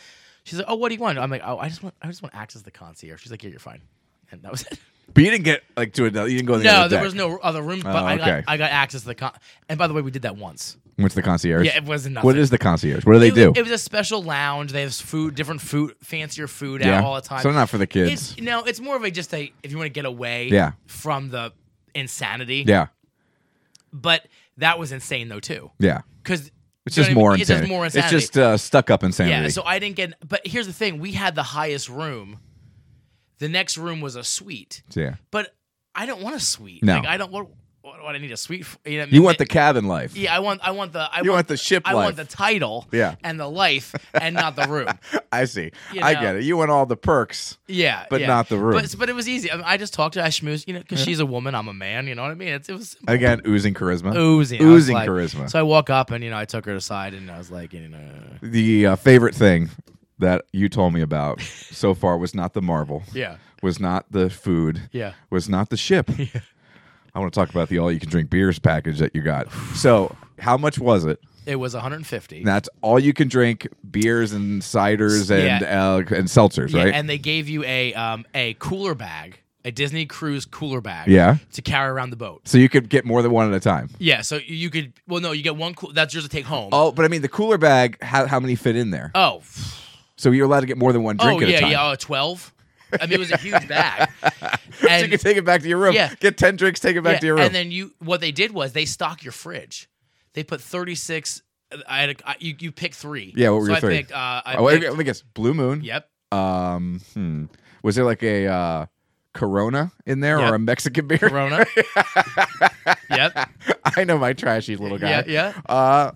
[SPEAKER 2] She's like, oh, what do you want? I'm like, oh, I just want I just want access to the concierge. She's like, yeah, you're fine. And that was it.
[SPEAKER 1] But you didn't get like to another. You didn't go to the
[SPEAKER 2] No,
[SPEAKER 1] other
[SPEAKER 2] there
[SPEAKER 1] deck.
[SPEAKER 2] was no other room, but
[SPEAKER 1] Oh,
[SPEAKER 2] I got
[SPEAKER 1] okay.
[SPEAKER 2] I got access to the con. And by the way, we did that once.
[SPEAKER 1] What's the concierge?
[SPEAKER 2] Yeah, it wasn't nothing.
[SPEAKER 1] What is the concierge? What do they
[SPEAKER 2] It-
[SPEAKER 1] do?
[SPEAKER 2] It, was a special lounge. They have food, different food, fancier food
[SPEAKER 1] yeah.
[SPEAKER 2] out all the time.
[SPEAKER 1] So not for the kids.
[SPEAKER 2] it's, no, it's more of a just a if you want to get away
[SPEAKER 1] Yeah.
[SPEAKER 2] from the insanity.
[SPEAKER 1] yeah.
[SPEAKER 2] But that was insane though too.
[SPEAKER 1] Yeah.
[SPEAKER 2] Because
[SPEAKER 1] It's just more insanity.
[SPEAKER 2] It's just more insanity.
[SPEAKER 1] It's just uh, stuck up insanity.
[SPEAKER 2] Yeah, so I didn't get. But here's the thing: we had the highest room. The next room was a suite,
[SPEAKER 1] yeah.
[SPEAKER 2] but I don't want a suite.
[SPEAKER 1] No.
[SPEAKER 2] Like I don't. What, what do I need a suite? For? You, know what I
[SPEAKER 1] You
[SPEAKER 2] mean?
[SPEAKER 1] want the cabin life.
[SPEAKER 2] Yeah, I want. I want the. I
[SPEAKER 1] You want the ship
[SPEAKER 2] I
[SPEAKER 1] life.
[SPEAKER 2] want the title.
[SPEAKER 1] Yeah.
[SPEAKER 2] And the life, and not the room.
[SPEAKER 1] I see.
[SPEAKER 2] You
[SPEAKER 1] I
[SPEAKER 2] know.
[SPEAKER 1] get it. You want all the perks.
[SPEAKER 2] Yeah.
[SPEAKER 1] But
[SPEAKER 2] yeah.
[SPEAKER 1] not the room.
[SPEAKER 2] But, but it was easy. I, mean, I just talked to her. I schmoozed, you know, because she's a woman. I'm a man. You know what I mean? It's, it was
[SPEAKER 1] Again, oozing charisma.
[SPEAKER 2] oozing, I was
[SPEAKER 1] Oozing
[SPEAKER 2] like-
[SPEAKER 1] charisma.
[SPEAKER 2] So I walk up and you know I took her aside and I was like, you know,
[SPEAKER 1] the uh, favorite thing that you told me about so far was not the Marvel.
[SPEAKER 2] Yeah.
[SPEAKER 1] Was not the food.
[SPEAKER 2] Yeah.
[SPEAKER 1] Was not the ship. I want to talk about the all you can drink beers package that you got. So, how much was it?
[SPEAKER 2] it was 150.
[SPEAKER 1] And that's all you can drink beers and ciders and
[SPEAKER 2] Yeah.
[SPEAKER 1] uh, and seltzers,
[SPEAKER 2] yeah,
[SPEAKER 1] right?
[SPEAKER 2] And they gave you a um a cooler bag, a Disney cruise cooler bag.
[SPEAKER 1] Yeah.
[SPEAKER 2] To carry around the boat.
[SPEAKER 1] so you could get more than one at a time.
[SPEAKER 2] Yeah. So you you could. Well, no, you get one. Cool, that's yours to take home.
[SPEAKER 1] Oh, but I mean the cooler bag. How, how many fit in there?
[SPEAKER 2] Oh.
[SPEAKER 1] So you're allowed to get more than one drink
[SPEAKER 2] oh
[SPEAKER 1] at a
[SPEAKER 2] yeah
[SPEAKER 1] time.
[SPEAKER 2] yeah. Oh, 12. I mean, it was a huge bag. And
[SPEAKER 1] so you can take it back to your room.
[SPEAKER 2] Yeah.
[SPEAKER 1] Get 10 drinks, take it back
[SPEAKER 2] yeah,
[SPEAKER 1] to your room.
[SPEAKER 2] And then you, what they did was they stock your fridge. They put 36. I had a, I, you, you pick three.
[SPEAKER 1] yeah, what were
[SPEAKER 2] so
[SPEAKER 1] your
[SPEAKER 2] I
[SPEAKER 1] three?
[SPEAKER 2] Picked, uh, I
[SPEAKER 1] oh, wait,
[SPEAKER 2] picked-
[SPEAKER 1] let me guess. Blue Moon.
[SPEAKER 2] yep.
[SPEAKER 1] Um, hmm. Was there like a uh, Corona in there
[SPEAKER 2] Yep.
[SPEAKER 1] or a Mexican beer?
[SPEAKER 2] Corona. yep.
[SPEAKER 1] I know my trashy little guy.
[SPEAKER 2] Yeah, yeah.
[SPEAKER 1] Uh,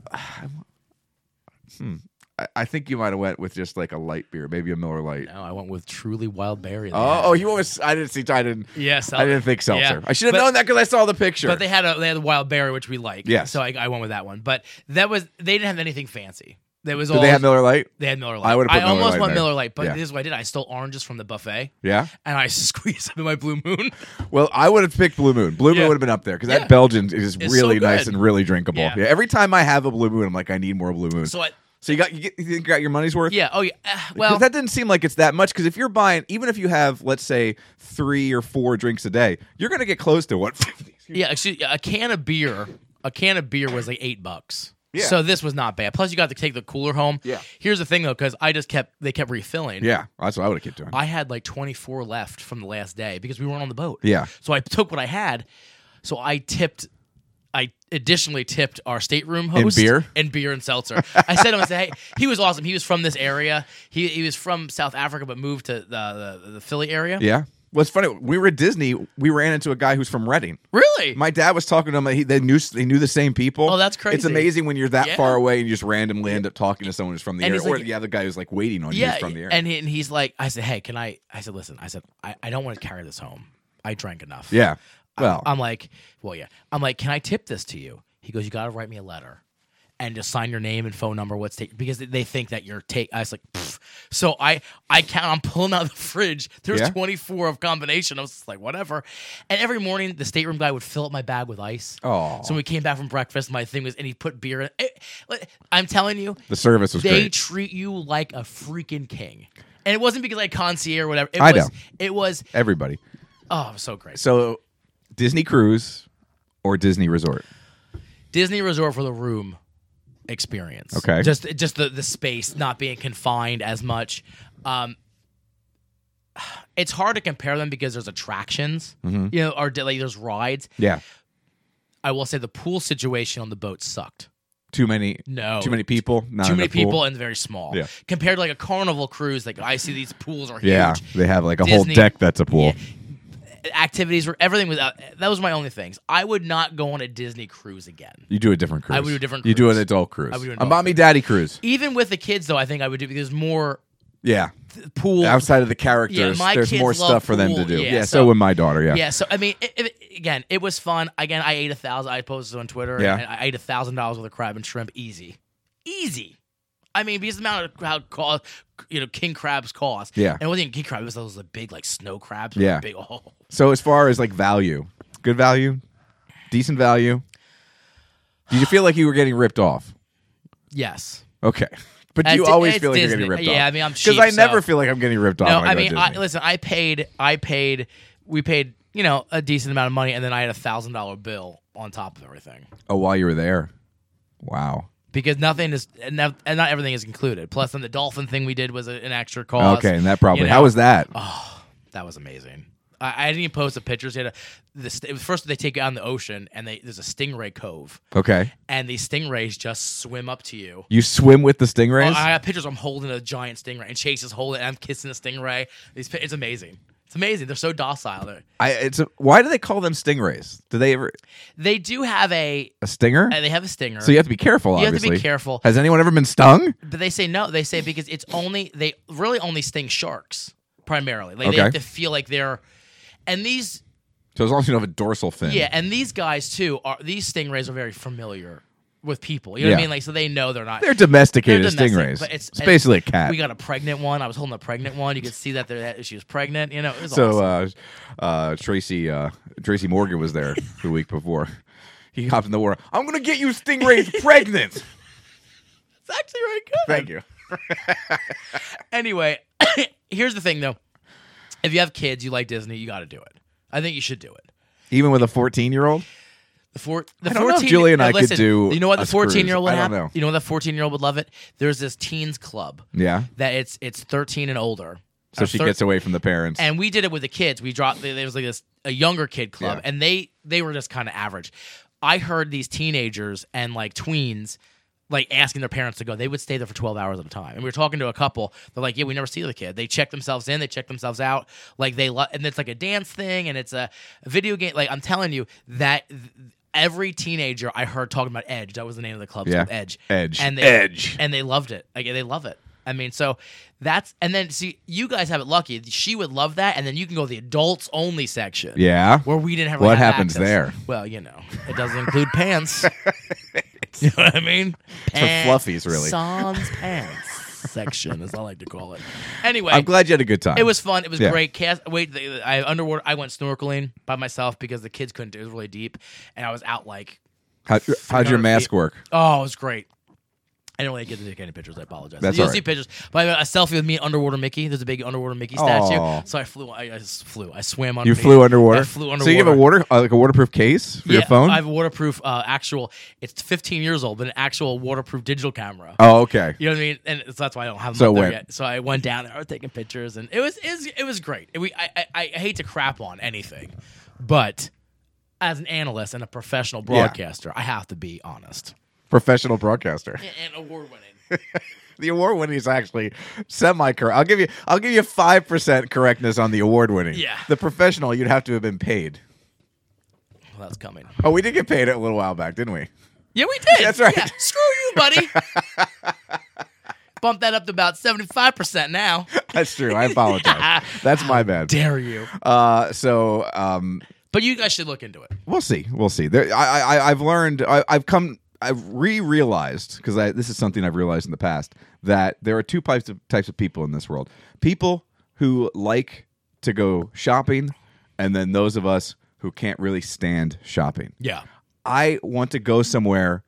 [SPEAKER 1] hmm. I, I think you might have went with just like a light beer, maybe a Miller Light.
[SPEAKER 2] No, I went with truly wild berry.
[SPEAKER 1] Oh, oh, you always. I didn't see. I didn't.
[SPEAKER 2] Yes,
[SPEAKER 1] I didn't think seltzer.
[SPEAKER 2] yeah.
[SPEAKER 1] I should have
[SPEAKER 2] But-
[SPEAKER 1] known that because I saw the picture.
[SPEAKER 2] But they had a they had a wild berry which we like.
[SPEAKER 1] Yes.
[SPEAKER 2] So I, I went with that one. But that was they didn't have anything fancy. That was
[SPEAKER 1] Did
[SPEAKER 2] all
[SPEAKER 1] they have Miller Light?
[SPEAKER 2] they had Miller Lite.
[SPEAKER 1] I would've put Miller
[SPEAKER 2] almost
[SPEAKER 1] Lite in
[SPEAKER 2] went
[SPEAKER 1] there.
[SPEAKER 2] Miller Lite, but
[SPEAKER 1] Yeah.
[SPEAKER 2] this is what I did. I stole oranges from the buffet
[SPEAKER 1] Yeah.
[SPEAKER 2] and I squeezed them in my Blue Moon.
[SPEAKER 1] Well, I would have picked Blue Moon. Blue Moon
[SPEAKER 2] Yeah.
[SPEAKER 1] would have been up there because
[SPEAKER 2] Yeah.
[SPEAKER 1] that Belgian is
[SPEAKER 2] It's
[SPEAKER 1] really
[SPEAKER 2] so good.
[SPEAKER 1] nice and really drinkable. Yeah.
[SPEAKER 2] Yeah.
[SPEAKER 1] Every time I have a Blue Moon, I'm like, I need more Blue Moon.
[SPEAKER 2] So I
[SPEAKER 1] So you got you, get, you think you got your money's worth?
[SPEAKER 2] yeah, oh yeah. ah,
[SPEAKER 1] 'Cause
[SPEAKER 2] Well,
[SPEAKER 1] that didn't seem like it's that much. Because if you're buying, even if you have, let's say, three or four drinks a day, you're gonna get close to what?
[SPEAKER 2] yeah, excuse, a can of beer, a can of beer was like 8 bucks.
[SPEAKER 1] Yeah.
[SPEAKER 2] So this was not bad. Plus you got to take the cooler home.
[SPEAKER 1] Yeah.
[SPEAKER 2] Here's the thing though cuz I just kept they kept refilling.
[SPEAKER 1] yeah, that's what I would have kept doing.
[SPEAKER 2] I had like 24 left from the last day because we weren't on the boat.
[SPEAKER 1] Yeah.
[SPEAKER 2] So I took what I had. So I tipped. I additionally tipped our stateroom host
[SPEAKER 1] beer?
[SPEAKER 2] and beer and seltzer. I said to him, I said, "Hey, he was awesome. He was from this area. He, he was from South Africa, but moved to the the, the Philly area.
[SPEAKER 1] yeah. What's funny? We were at Disney. We ran into a guy who's from Reading.
[SPEAKER 2] Really?
[SPEAKER 1] My dad was talking to him. He, they knew they knew the same people.
[SPEAKER 2] Oh, that's
[SPEAKER 1] It's
[SPEAKER 2] crazy.
[SPEAKER 1] amazing when you're that
[SPEAKER 2] Yeah.
[SPEAKER 1] far away and you just randomly end up talking to someone who's from the
[SPEAKER 2] And
[SPEAKER 1] area,
[SPEAKER 2] he's like-
[SPEAKER 1] or the other guy who's like waiting on you
[SPEAKER 2] yeah.
[SPEAKER 1] who's from the area.
[SPEAKER 2] And, he, and he's like, I said, "Hey, can I?" I said, "Listen, I said I, I don't want to carry this home. I drank enough.
[SPEAKER 1] yeah. Well,
[SPEAKER 2] I'm like, well, yeah. I'm like, can I tip this to you? He goes, you got to write me a letter and just sign your name and phone number. What's take because they think that you're take. I was like, pfft. so I I count. I'm pulling out the fridge. There's
[SPEAKER 1] Yeah.
[SPEAKER 2] 24 of combination. I was just like, whatever. And every morning, the stateroom guy would fill up my bag with ice.
[SPEAKER 1] Aw.
[SPEAKER 2] so when we came back from breakfast. My thing was, and he put beer. in it, like, I'm telling you,
[SPEAKER 1] the service was
[SPEAKER 2] they
[SPEAKER 1] great.
[SPEAKER 2] treat you like a freaking king. And it wasn't because I concierge or whatever. It
[SPEAKER 1] I
[SPEAKER 2] was,
[SPEAKER 1] know.
[SPEAKER 2] It was.
[SPEAKER 1] Everybody.
[SPEAKER 2] Oh, it was so great.
[SPEAKER 1] So, Disney cruise or Disney resort?
[SPEAKER 2] Disney Resort for the room experience.
[SPEAKER 1] Okay.
[SPEAKER 2] Just just the the space not being confined as much. Um it's hard to compare them because there's attractions, you know, or like there's rides.
[SPEAKER 1] Mm-hmm. Yeah.
[SPEAKER 2] I will say the pool situation on the boat sucked.
[SPEAKER 1] Too many.
[SPEAKER 2] No.
[SPEAKER 1] Too many people. Not
[SPEAKER 2] Too many
[SPEAKER 1] enough Uh, pool.
[SPEAKER 2] people and very small.
[SPEAKER 1] Yeah.
[SPEAKER 2] Compared to like a carnival cruise, like I see these pools are huge.
[SPEAKER 1] Yeah, they have like a whole
[SPEAKER 2] Disney-
[SPEAKER 1] deck that's a pool.
[SPEAKER 2] Activities were everything was out. That was my only things. I would not go on a Disney cruise again.
[SPEAKER 1] You do a different cruise.
[SPEAKER 2] I would do a different
[SPEAKER 1] You do an
[SPEAKER 2] cruise.
[SPEAKER 1] adult cruise.
[SPEAKER 2] I would do an
[SPEAKER 1] a
[SPEAKER 2] adult
[SPEAKER 1] mommy daddy cruise.
[SPEAKER 2] Even with the kids though, I think I would do because there's more
[SPEAKER 1] Yeah.
[SPEAKER 2] pool
[SPEAKER 1] Outside of the characters,
[SPEAKER 2] my
[SPEAKER 1] there's
[SPEAKER 2] kids
[SPEAKER 1] more
[SPEAKER 2] love
[SPEAKER 1] stuff for them to
[SPEAKER 2] pool.
[SPEAKER 1] do.
[SPEAKER 2] Yeah,
[SPEAKER 1] Yeah. so,
[SPEAKER 2] so-
[SPEAKER 1] would my daughter. Yeah.
[SPEAKER 2] Yeah. so I mean, it, it, again, it was fun. Again, I ate a thousand. I posted on Twitter.
[SPEAKER 1] Yeah.
[SPEAKER 2] and I ate a thousand dollars worth of crab and shrimp, easy, easy. I mean, because the amount of how cost, you know, king crabs cost.
[SPEAKER 1] Yeah.
[SPEAKER 2] and it wasn't even king crab. It was those like, big like snow crabs.
[SPEAKER 1] Yeah.
[SPEAKER 2] big. Oh,
[SPEAKER 1] So as far as like value, good value, decent value. Did you feel like you were getting ripped off?
[SPEAKER 2] yes.
[SPEAKER 1] Okay. But
[SPEAKER 2] At
[SPEAKER 1] you
[SPEAKER 2] Di-
[SPEAKER 1] always
[SPEAKER 2] it's
[SPEAKER 1] feel like you're
[SPEAKER 2] Disney.
[SPEAKER 1] getting ripped off.
[SPEAKER 2] Yeah, I mean, I'm
[SPEAKER 1] because
[SPEAKER 2] cheap,
[SPEAKER 1] I never
[SPEAKER 2] so-
[SPEAKER 1] feel like I'm getting ripped off.
[SPEAKER 2] No,
[SPEAKER 1] when I,
[SPEAKER 2] I
[SPEAKER 1] go to
[SPEAKER 2] mean, I,
[SPEAKER 1] Disney.
[SPEAKER 2] listen, I paid, I paid, we paid, you know, a decent amount of money, and then I had a thousand dollar bill on top of everything.
[SPEAKER 1] oh, while you were there, wow.
[SPEAKER 2] because nothing is and not, and not everything is included. Plus, then the dolphin thing we did was a, an extra cost.
[SPEAKER 1] Okay, and that probably.
[SPEAKER 2] You know, Oh.
[SPEAKER 1] How was that?
[SPEAKER 2] that was amazing. I, I didn't even post the pictures. Yet. The, st- it was first they take you out in the ocean, and they there's a stingray cove,
[SPEAKER 1] okay,
[SPEAKER 2] and these stingrays just swim up to you.
[SPEAKER 1] you swim with the stingrays.
[SPEAKER 2] I got pictures. I'm holding a giant stingray, and Chase is holding. it, And I'm kissing a stingray. These pi- it's amazing. It's amazing. They're so docile. They're,
[SPEAKER 1] I, it's a, why do they call them stingrays? Do they ever
[SPEAKER 2] they do have a. uh,
[SPEAKER 1] a stinger?
[SPEAKER 2] They have a stinger.
[SPEAKER 1] So you have to be careful.
[SPEAKER 2] You have to be
[SPEAKER 1] obviously.
[SPEAKER 2] careful.
[SPEAKER 1] Has anyone ever been stung?
[SPEAKER 2] But they say no. They say because it's only they really only sting sharks primarily. Like
[SPEAKER 1] Okay.
[SPEAKER 2] they have to feel like they're, and these
[SPEAKER 1] So as long as you don't have a dorsal fin.
[SPEAKER 2] yeah, and these guys too are these stingrays are very familiar with people. You know what
[SPEAKER 1] Yeah.
[SPEAKER 2] I mean? Like so they know they're not.
[SPEAKER 1] They're domesticated
[SPEAKER 2] they're domestic,
[SPEAKER 1] stingrays.
[SPEAKER 2] but it's-
[SPEAKER 1] it's basically a cat.
[SPEAKER 2] we got a pregnant one. I was holding a pregnant one. You could see that there that she was pregnant. You know, it was
[SPEAKER 1] so
[SPEAKER 2] awesome.
[SPEAKER 1] uh, uh, Tracy uh, Tracy Morgan was there the week before. He hopped in the water. I'm gonna get you stingrays pregnant.
[SPEAKER 2] it's actually really good.
[SPEAKER 1] Thank you.
[SPEAKER 2] Anyway, here's the thing though: if you have kids, you like Disney, you got to do it. I think you should do it.
[SPEAKER 1] Even with a 14 year old.
[SPEAKER 2] The four, the
[SPEAKER 1] I don't know if
[SPEAKER 2] 14
[SPEAKER 1] Julie and I could
[SPEAKER 2] listen,
[SPEAKER 1] do
[SPEAKER 2] You know what the
[SPEAKER 1] a cruise.
[SPEAKER 2] fourteen year old would
[SPEAKER 1] I don't
[SPEAKER 2] have?
[SPEAKER 1] know.
[SPEAKER 2] You know what the fourteen year old would love it? There's this teens club
[SPEAKER 1] Yeah.
[SPEAKER 2] that it's it's thirteen and older,
[SPEAKER 1] so
[SPEAKER 2] Our
[SPEAKER 1] she
[SPEAKER 2] third-
[SPEAKER 1] gets away from the parents.
[SPEAKER 2] and we did it with the kids. We dropped there was like this a younger kid club,
[SPEAKER 1] Yeah.
[SPEAKER 2] and they they were just kind of average. I heard these teenagers and like tweens like asking their parents to go. They would stay there for twelve hours at a time. And we were talking to a couple. They're like, "Yeah, we never see the kid. They check themselves in, they check themselves out. Like they lo- and it's like a dance thing, and it's a video game. Like I'm telling you that." th- Every teenager I heard talking about Edge, that was the name of the club, it's
[SPEAKER 1] Yeah.
[SPEAKER 2] called Edge.
[SPEAKER 1] Edge.
[SPEAKER 2] And they,
[SPEAKER 1] Edge.
[SPEAKER 2] and they loved it. Like they love it. I mean, so that's and then see you guys have it lucky. She would love that, and then you can go to the adults only section.
[SPEAKER 1] yeah.
[SPEAKER 2] where we didn't have.
[SPEAKER 1] What
[SPEAKER 2] have
[SPEAKER 1] happens
[SPEAKER 2] access.
[SPEAKER 1] there?
[SPEAKER 2] Well, you know, it doesn't include pants. you know what I mean?
[SPEAKER 1] for fluffies, really.
[SPEAKER 2] Sans pants section, as I like to call it. Anyway,
[SPEAKER 1] I'm glad you had a good time.
[SPEAKER 2] it was fun. It was
[SPEAKER 1] Yeah.
[SPEAKER 2] great. Cast, wait, the- I underwater. I went snorkeling by myself because the kids couldn't do. It It was really deep, and I was out like
[SPEAKER 1] How, how'd your
[SPEAKER 2] 300
[SPEAKER 1] mask
[SPEAKER 2] feet.
[SPEAKER 1] work?
[SPEAKER 2] Oh, it was great. I didn't really get to take any pictures. I apologize.
[SPEAKER 1] That's
[SPEAKER 2] You'll
[SPEAKER 1] all
[SPEAKER 2] see
[SPEAKER 1] right.
[SPEAKER 2] pictures. But I got a selfie with me and underwater Mickey. There's a big underwater Mickey statue.
[SPEAKER 1] Aw.
[SPEAKER 2] So I flew. I, I just flew. I swam
[SPEAKER 1] You
[SPEAKER 2] underneath.
[SPEAKER 1] flew underwater.
[SPEAKER 2] I flew underwater.
[SPEAKER 1] So you have a water, uh, like a waterproof case for your phone.
[SPEAKER 2] I have a waterproof uh, actual. It's 15 years old, but an actual waterproof digital camera.
[SPEAKER 1] oh, okay.
[SPEAKER 2] You know what I mean? And so that's why I don't have them
[SPEAKER 1] So
[SPEAKER 2] up there
[SPEAKER 1] when-
[SPEAKER 2] yet. So I went down there, I was taking pictures, and it was it was, it was great. We I, I I hate to crap on anything, but as an analyst and a professional broadcaster, I have to be honest
[SPEAKER 1] Professional broadcaster.
[SPEAKER 2] and award winning.
[SPEAKER 1] The award winning is actually semi correct. I'll give you. I'll give you five percent correctness on the award winning.
[SPEAKER 2] Yeah.
[SPEAKER 1] The professional, you'd have to have been paid.
[SPEAKER 2] Well, that's coming.
[SPEAKER 1] Oh, we did get paid a little while back, didn't we?
[SPEAKER 2] Yeah, we did.
[SPEAKER 1] That's right.
[SPEAKER 2] Yeah. Screw you, buddy. Bump that up to about 75% now.
[SPEAKER 1] That's true. I apologize. That's my bad.
[SPEAKER 2] Dare you.
[SPEAKER 1] Uh, so um,
[SPEAKER 2] But you guys should look into it.
[SPEAKER 1] we'll see. We'll see. There, I, I, I- I've learned. I, I've come. I've re-realized because this is something I've realized in the past that there are two types of types of people in this world: people who like to go shopping, and then those of us who can't really stand shopping.
[SPEAKER 2] Yeah.
[SPEAKER 1] I want to go somewhere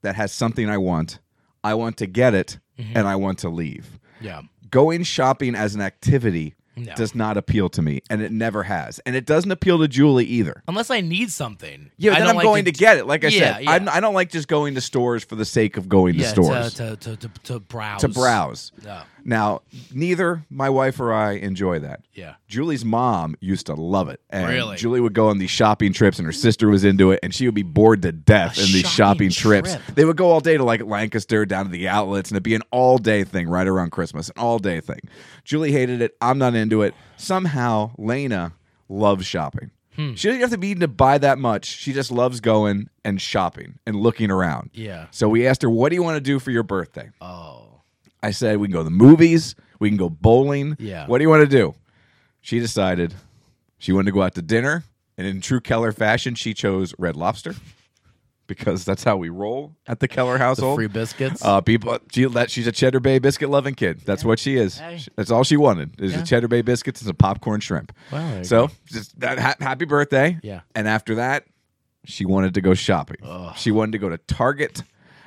[SPEAKER 1] that has something I want. I want to get it, and I want to leave.
[SPEAKER 2] Yeah.
[SPEAKER 1] Going shopping as an activity
[SPEAKER 2] No.
[SPEAKER 1] does not appeal to me, and it never has, and it doesn't appeal to Julie either.
[SPEAKER 2] Unless I need something.
[SPEAKER 1] Yeah,
[SPEAKER 2] I
[SPEAKER 1] then
[SPEAKER 2] don't
[SPEAKER 1] I'm
[SPEAKER 2] like
[SPEAKER 1] going to, get it. Like I
[SPEAKER 2] Yeah,
[SPEAKER 1] said,
[SPEAKER 2] yeah.
[SPEAKER 1] I'm- I don't like just going to stores for the sake of going to
[SPEAKER 2] yeah,
[SPEAKER 1] stores
[SPEAKER 2] To, to, to, to, to browse.
[SPEAKER 1] to browse.
[SPEAKER 2] Yeah.
[SPEAKER 1] Now, neither my wife or I enjoy that.
[SPEAKER 2] Yeah.
[SPEAKER 1] Julie's mom used to love it. And
[SPEAKER 2] Really?
[SPEAKER 1] Julie would go on these shopping trips, and her sister was into it, and she would be bored to death
[SPEAKER 2] A
[SPEAKER 1] in these
[SPEAKER 2] shopping
[SPEAKER 1] shopping trips.
[SPEAKER 2] trip.
[SPEAKER 1] They would go all day to like Lancaster, down to the outlets, and it'd be an all day thing right around Christmas, an all day thing. Julie hated it. I'm not into it. Somehow, Lena loves shopping.
[SPEAKER 2] Hmm.
[SPEAKER 1] She doesn't have to be to buy that much. She just loves going and shopping and looking around.
[SPEAKER 2] Yeah.
[SPEAKER 1] So we asked her, "What do you want to do for your birthday?"
[SPEAKER 2] Oh.
[SPEAKER 1] I said, we can go to the movies. We can go bowling.
[SPEAKER 2] Yeah.
[SPEAKER 1] What do you want to do? She decided she wanted to go out to dinner. And in true Keller fashion, she chose Red Lobster because that's how we roll at the Keller household.
[SPEAKER 2] Free biscuits.
[SPEAKER 1] Uh, people, she, that, she's a Cheddar Bay biscuit loving kid. That's what she is.
[SPEAKER 2] Hey.
[SPEAKER 1] She- That's all she wanted is
[SPEAKER 2] Yeah.
[SPEAKER 1] a Cheddar Bay biscuits and some popcorn shrimp.
[SPEAKER 2] Wow, there you
[SPEAKER 1] so just that ha- happy birthday.
[SPEAKER 2] Yeah.
[SPEAKER 1] And after that, she wanted to go shopping. She wanted to go to Target,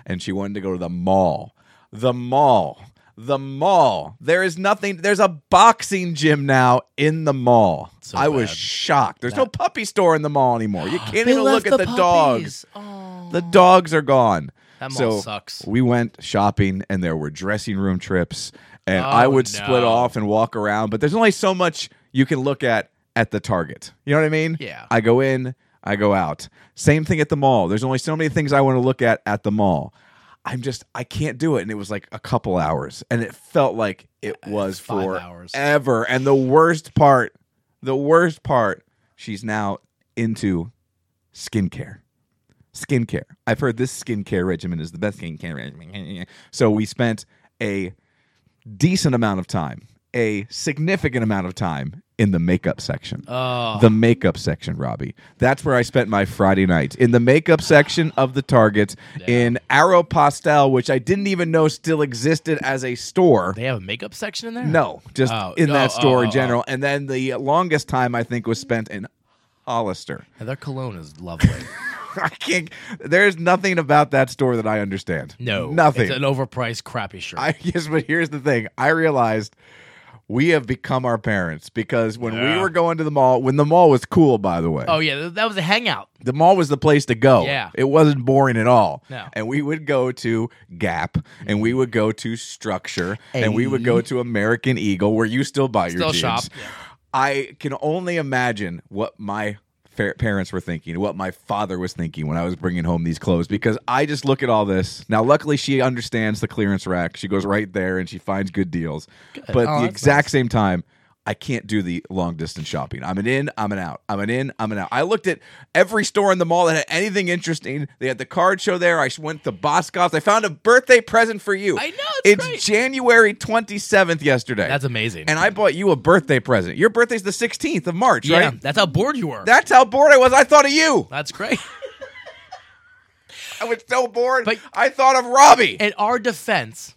[SPEAKER 1] and she wanted to go to the mall. The mall. The mall. There is nothing. There's a boxing gym now in the mall.
[SPEAKER 2] So
[SPEAKER 1] I was
[SPEAKER 2] bad.
[SPEAKER 1] shocked. There's no puppy store in the mall anymore. You can't
[SPEAKER 2] They
[SPEAKER 1] even
[SPEAKER 2] left
[SPEAKER 1] look at the, dogs.
[SPEAKER 2] puppies. Oh.
[SPEAKER 1] The dogs are gone.
[SPEAKER 2] That mall
[SPEAKER 1] so
[SPEAKER 2] sucks.
[SPEAKER 1] We went shopping and there were dressing room trips and I
[SPEAKER 2] Oh,
[SPEAKER 1] would split
[SPEAKER 2] no.
[SPEAKER 1] off and walk around, but there's only so much you can look at at the Target. You know what I mean?
[SPEAKER 2] Yeah.
[SPEAKER 1] I go in, I go out. Same thing at the mall. There's only so many things I want to look at at the mall. I'm just I can't do it and it was like a couple hours and it felt like it was
[SPEAKER 2] five
[SPEAKER 1] for
[SPEAKER 2] hours.
[SPEAKER 1] ever and the worst part, the worst part, she's now into skincare skincare. I've heard this skincare regimen is the best skincare regimen. So we spent a decent amount of time, a significant amount of time in the makeup section.
[SPEAKER 2] Oh.
[SPEAKER 1] The makeup section, Robbie. That's where I spent my Friday night in the makeup section of the Target in Arrow Postel, which I didn't even know still existed as a store.
[SPEAKER 2] they have a makeup section in there?
[SPEAKER 1] No, just
[SPEAKER 2] Oh,
[SPEAKER 1] in
[SPEAKER 2] oh,
[SPEAKER 1] that
[SPEAKER 2] oh,
[SPEAKER 1] store
[SPEAKER 2] oh, oh.
[SPEAKER 1] in general. And then the longest time I think was spent in Hollister.
[SPEAKER 2] And their cologne is lovely.
[SPEAKER 1] I can't. There's nothing about that store that I understand.
[SPEAKER 2] No.
[SPEAKER 1] nothing.
[SPEAKER 2] It's an overpriced, crappy shirt.
[SPEAKER 1] I guess, but here's the thing. I realized we have become our parents because when we were going to the mall, when the mall was cool, by the way,
[SPEAKER 2] Oh yeah, th- that was a hangout.
[SPEAKER 1] the mall was the place to go.
[SPEAKER 2] Yeah.
[SPEAKER 1] It wasn't boring at all.
[SPEAKER 2] No.
[SPEAKER 1] And we would go to Gap and we would go to Structure and we would go to American Eagle where you still buy your
[SPEAKER 2] Still
[SPEAKER 1] jeans.
[SPEAKER 2] shop,
[SPEAKER 1] I can only imagine what my fa- parents were thinking, what my father was thinking when I was bringing home these clothes because I just look at all this. Now, luckily, she understands the clearance rack. She goes right there and she finds good deals. But the
[SPEAKER 2] Oh, that's
[SPEAKER 1] exact same time, I can't do the long distance shopping. I'm an in, I'm an out. I'm an in, I'm an out. I looked at every store in the mall that had anything interesting. They had the card show there. I went to Boscov's. I found a birthday present for you.
[SPEAKER 2] I know, it's
[SPEAKER 1] It's
[SPEAKER 2] great.
[SPEAKER 1] January 27th yesterday.
[SPEAKER 2] That's amazing.
[SPEAKER 1] And I bought you a birthday present. Your birthday's the 16th of March,
[SPEAKER 2] yeah,
[SPEAKER 1] right?
[SPEAKER 2] that's how bored you were.
[SPEAKER 1] That's how bored I was. I thought of you.
[SPEAKER 2] that's great.
[SPEAKER 1] I was so bored.
[SPEAKER 2] But-
[SPEAKER 1] I thought of Robbie.
[SPEAKER 2] In our defense,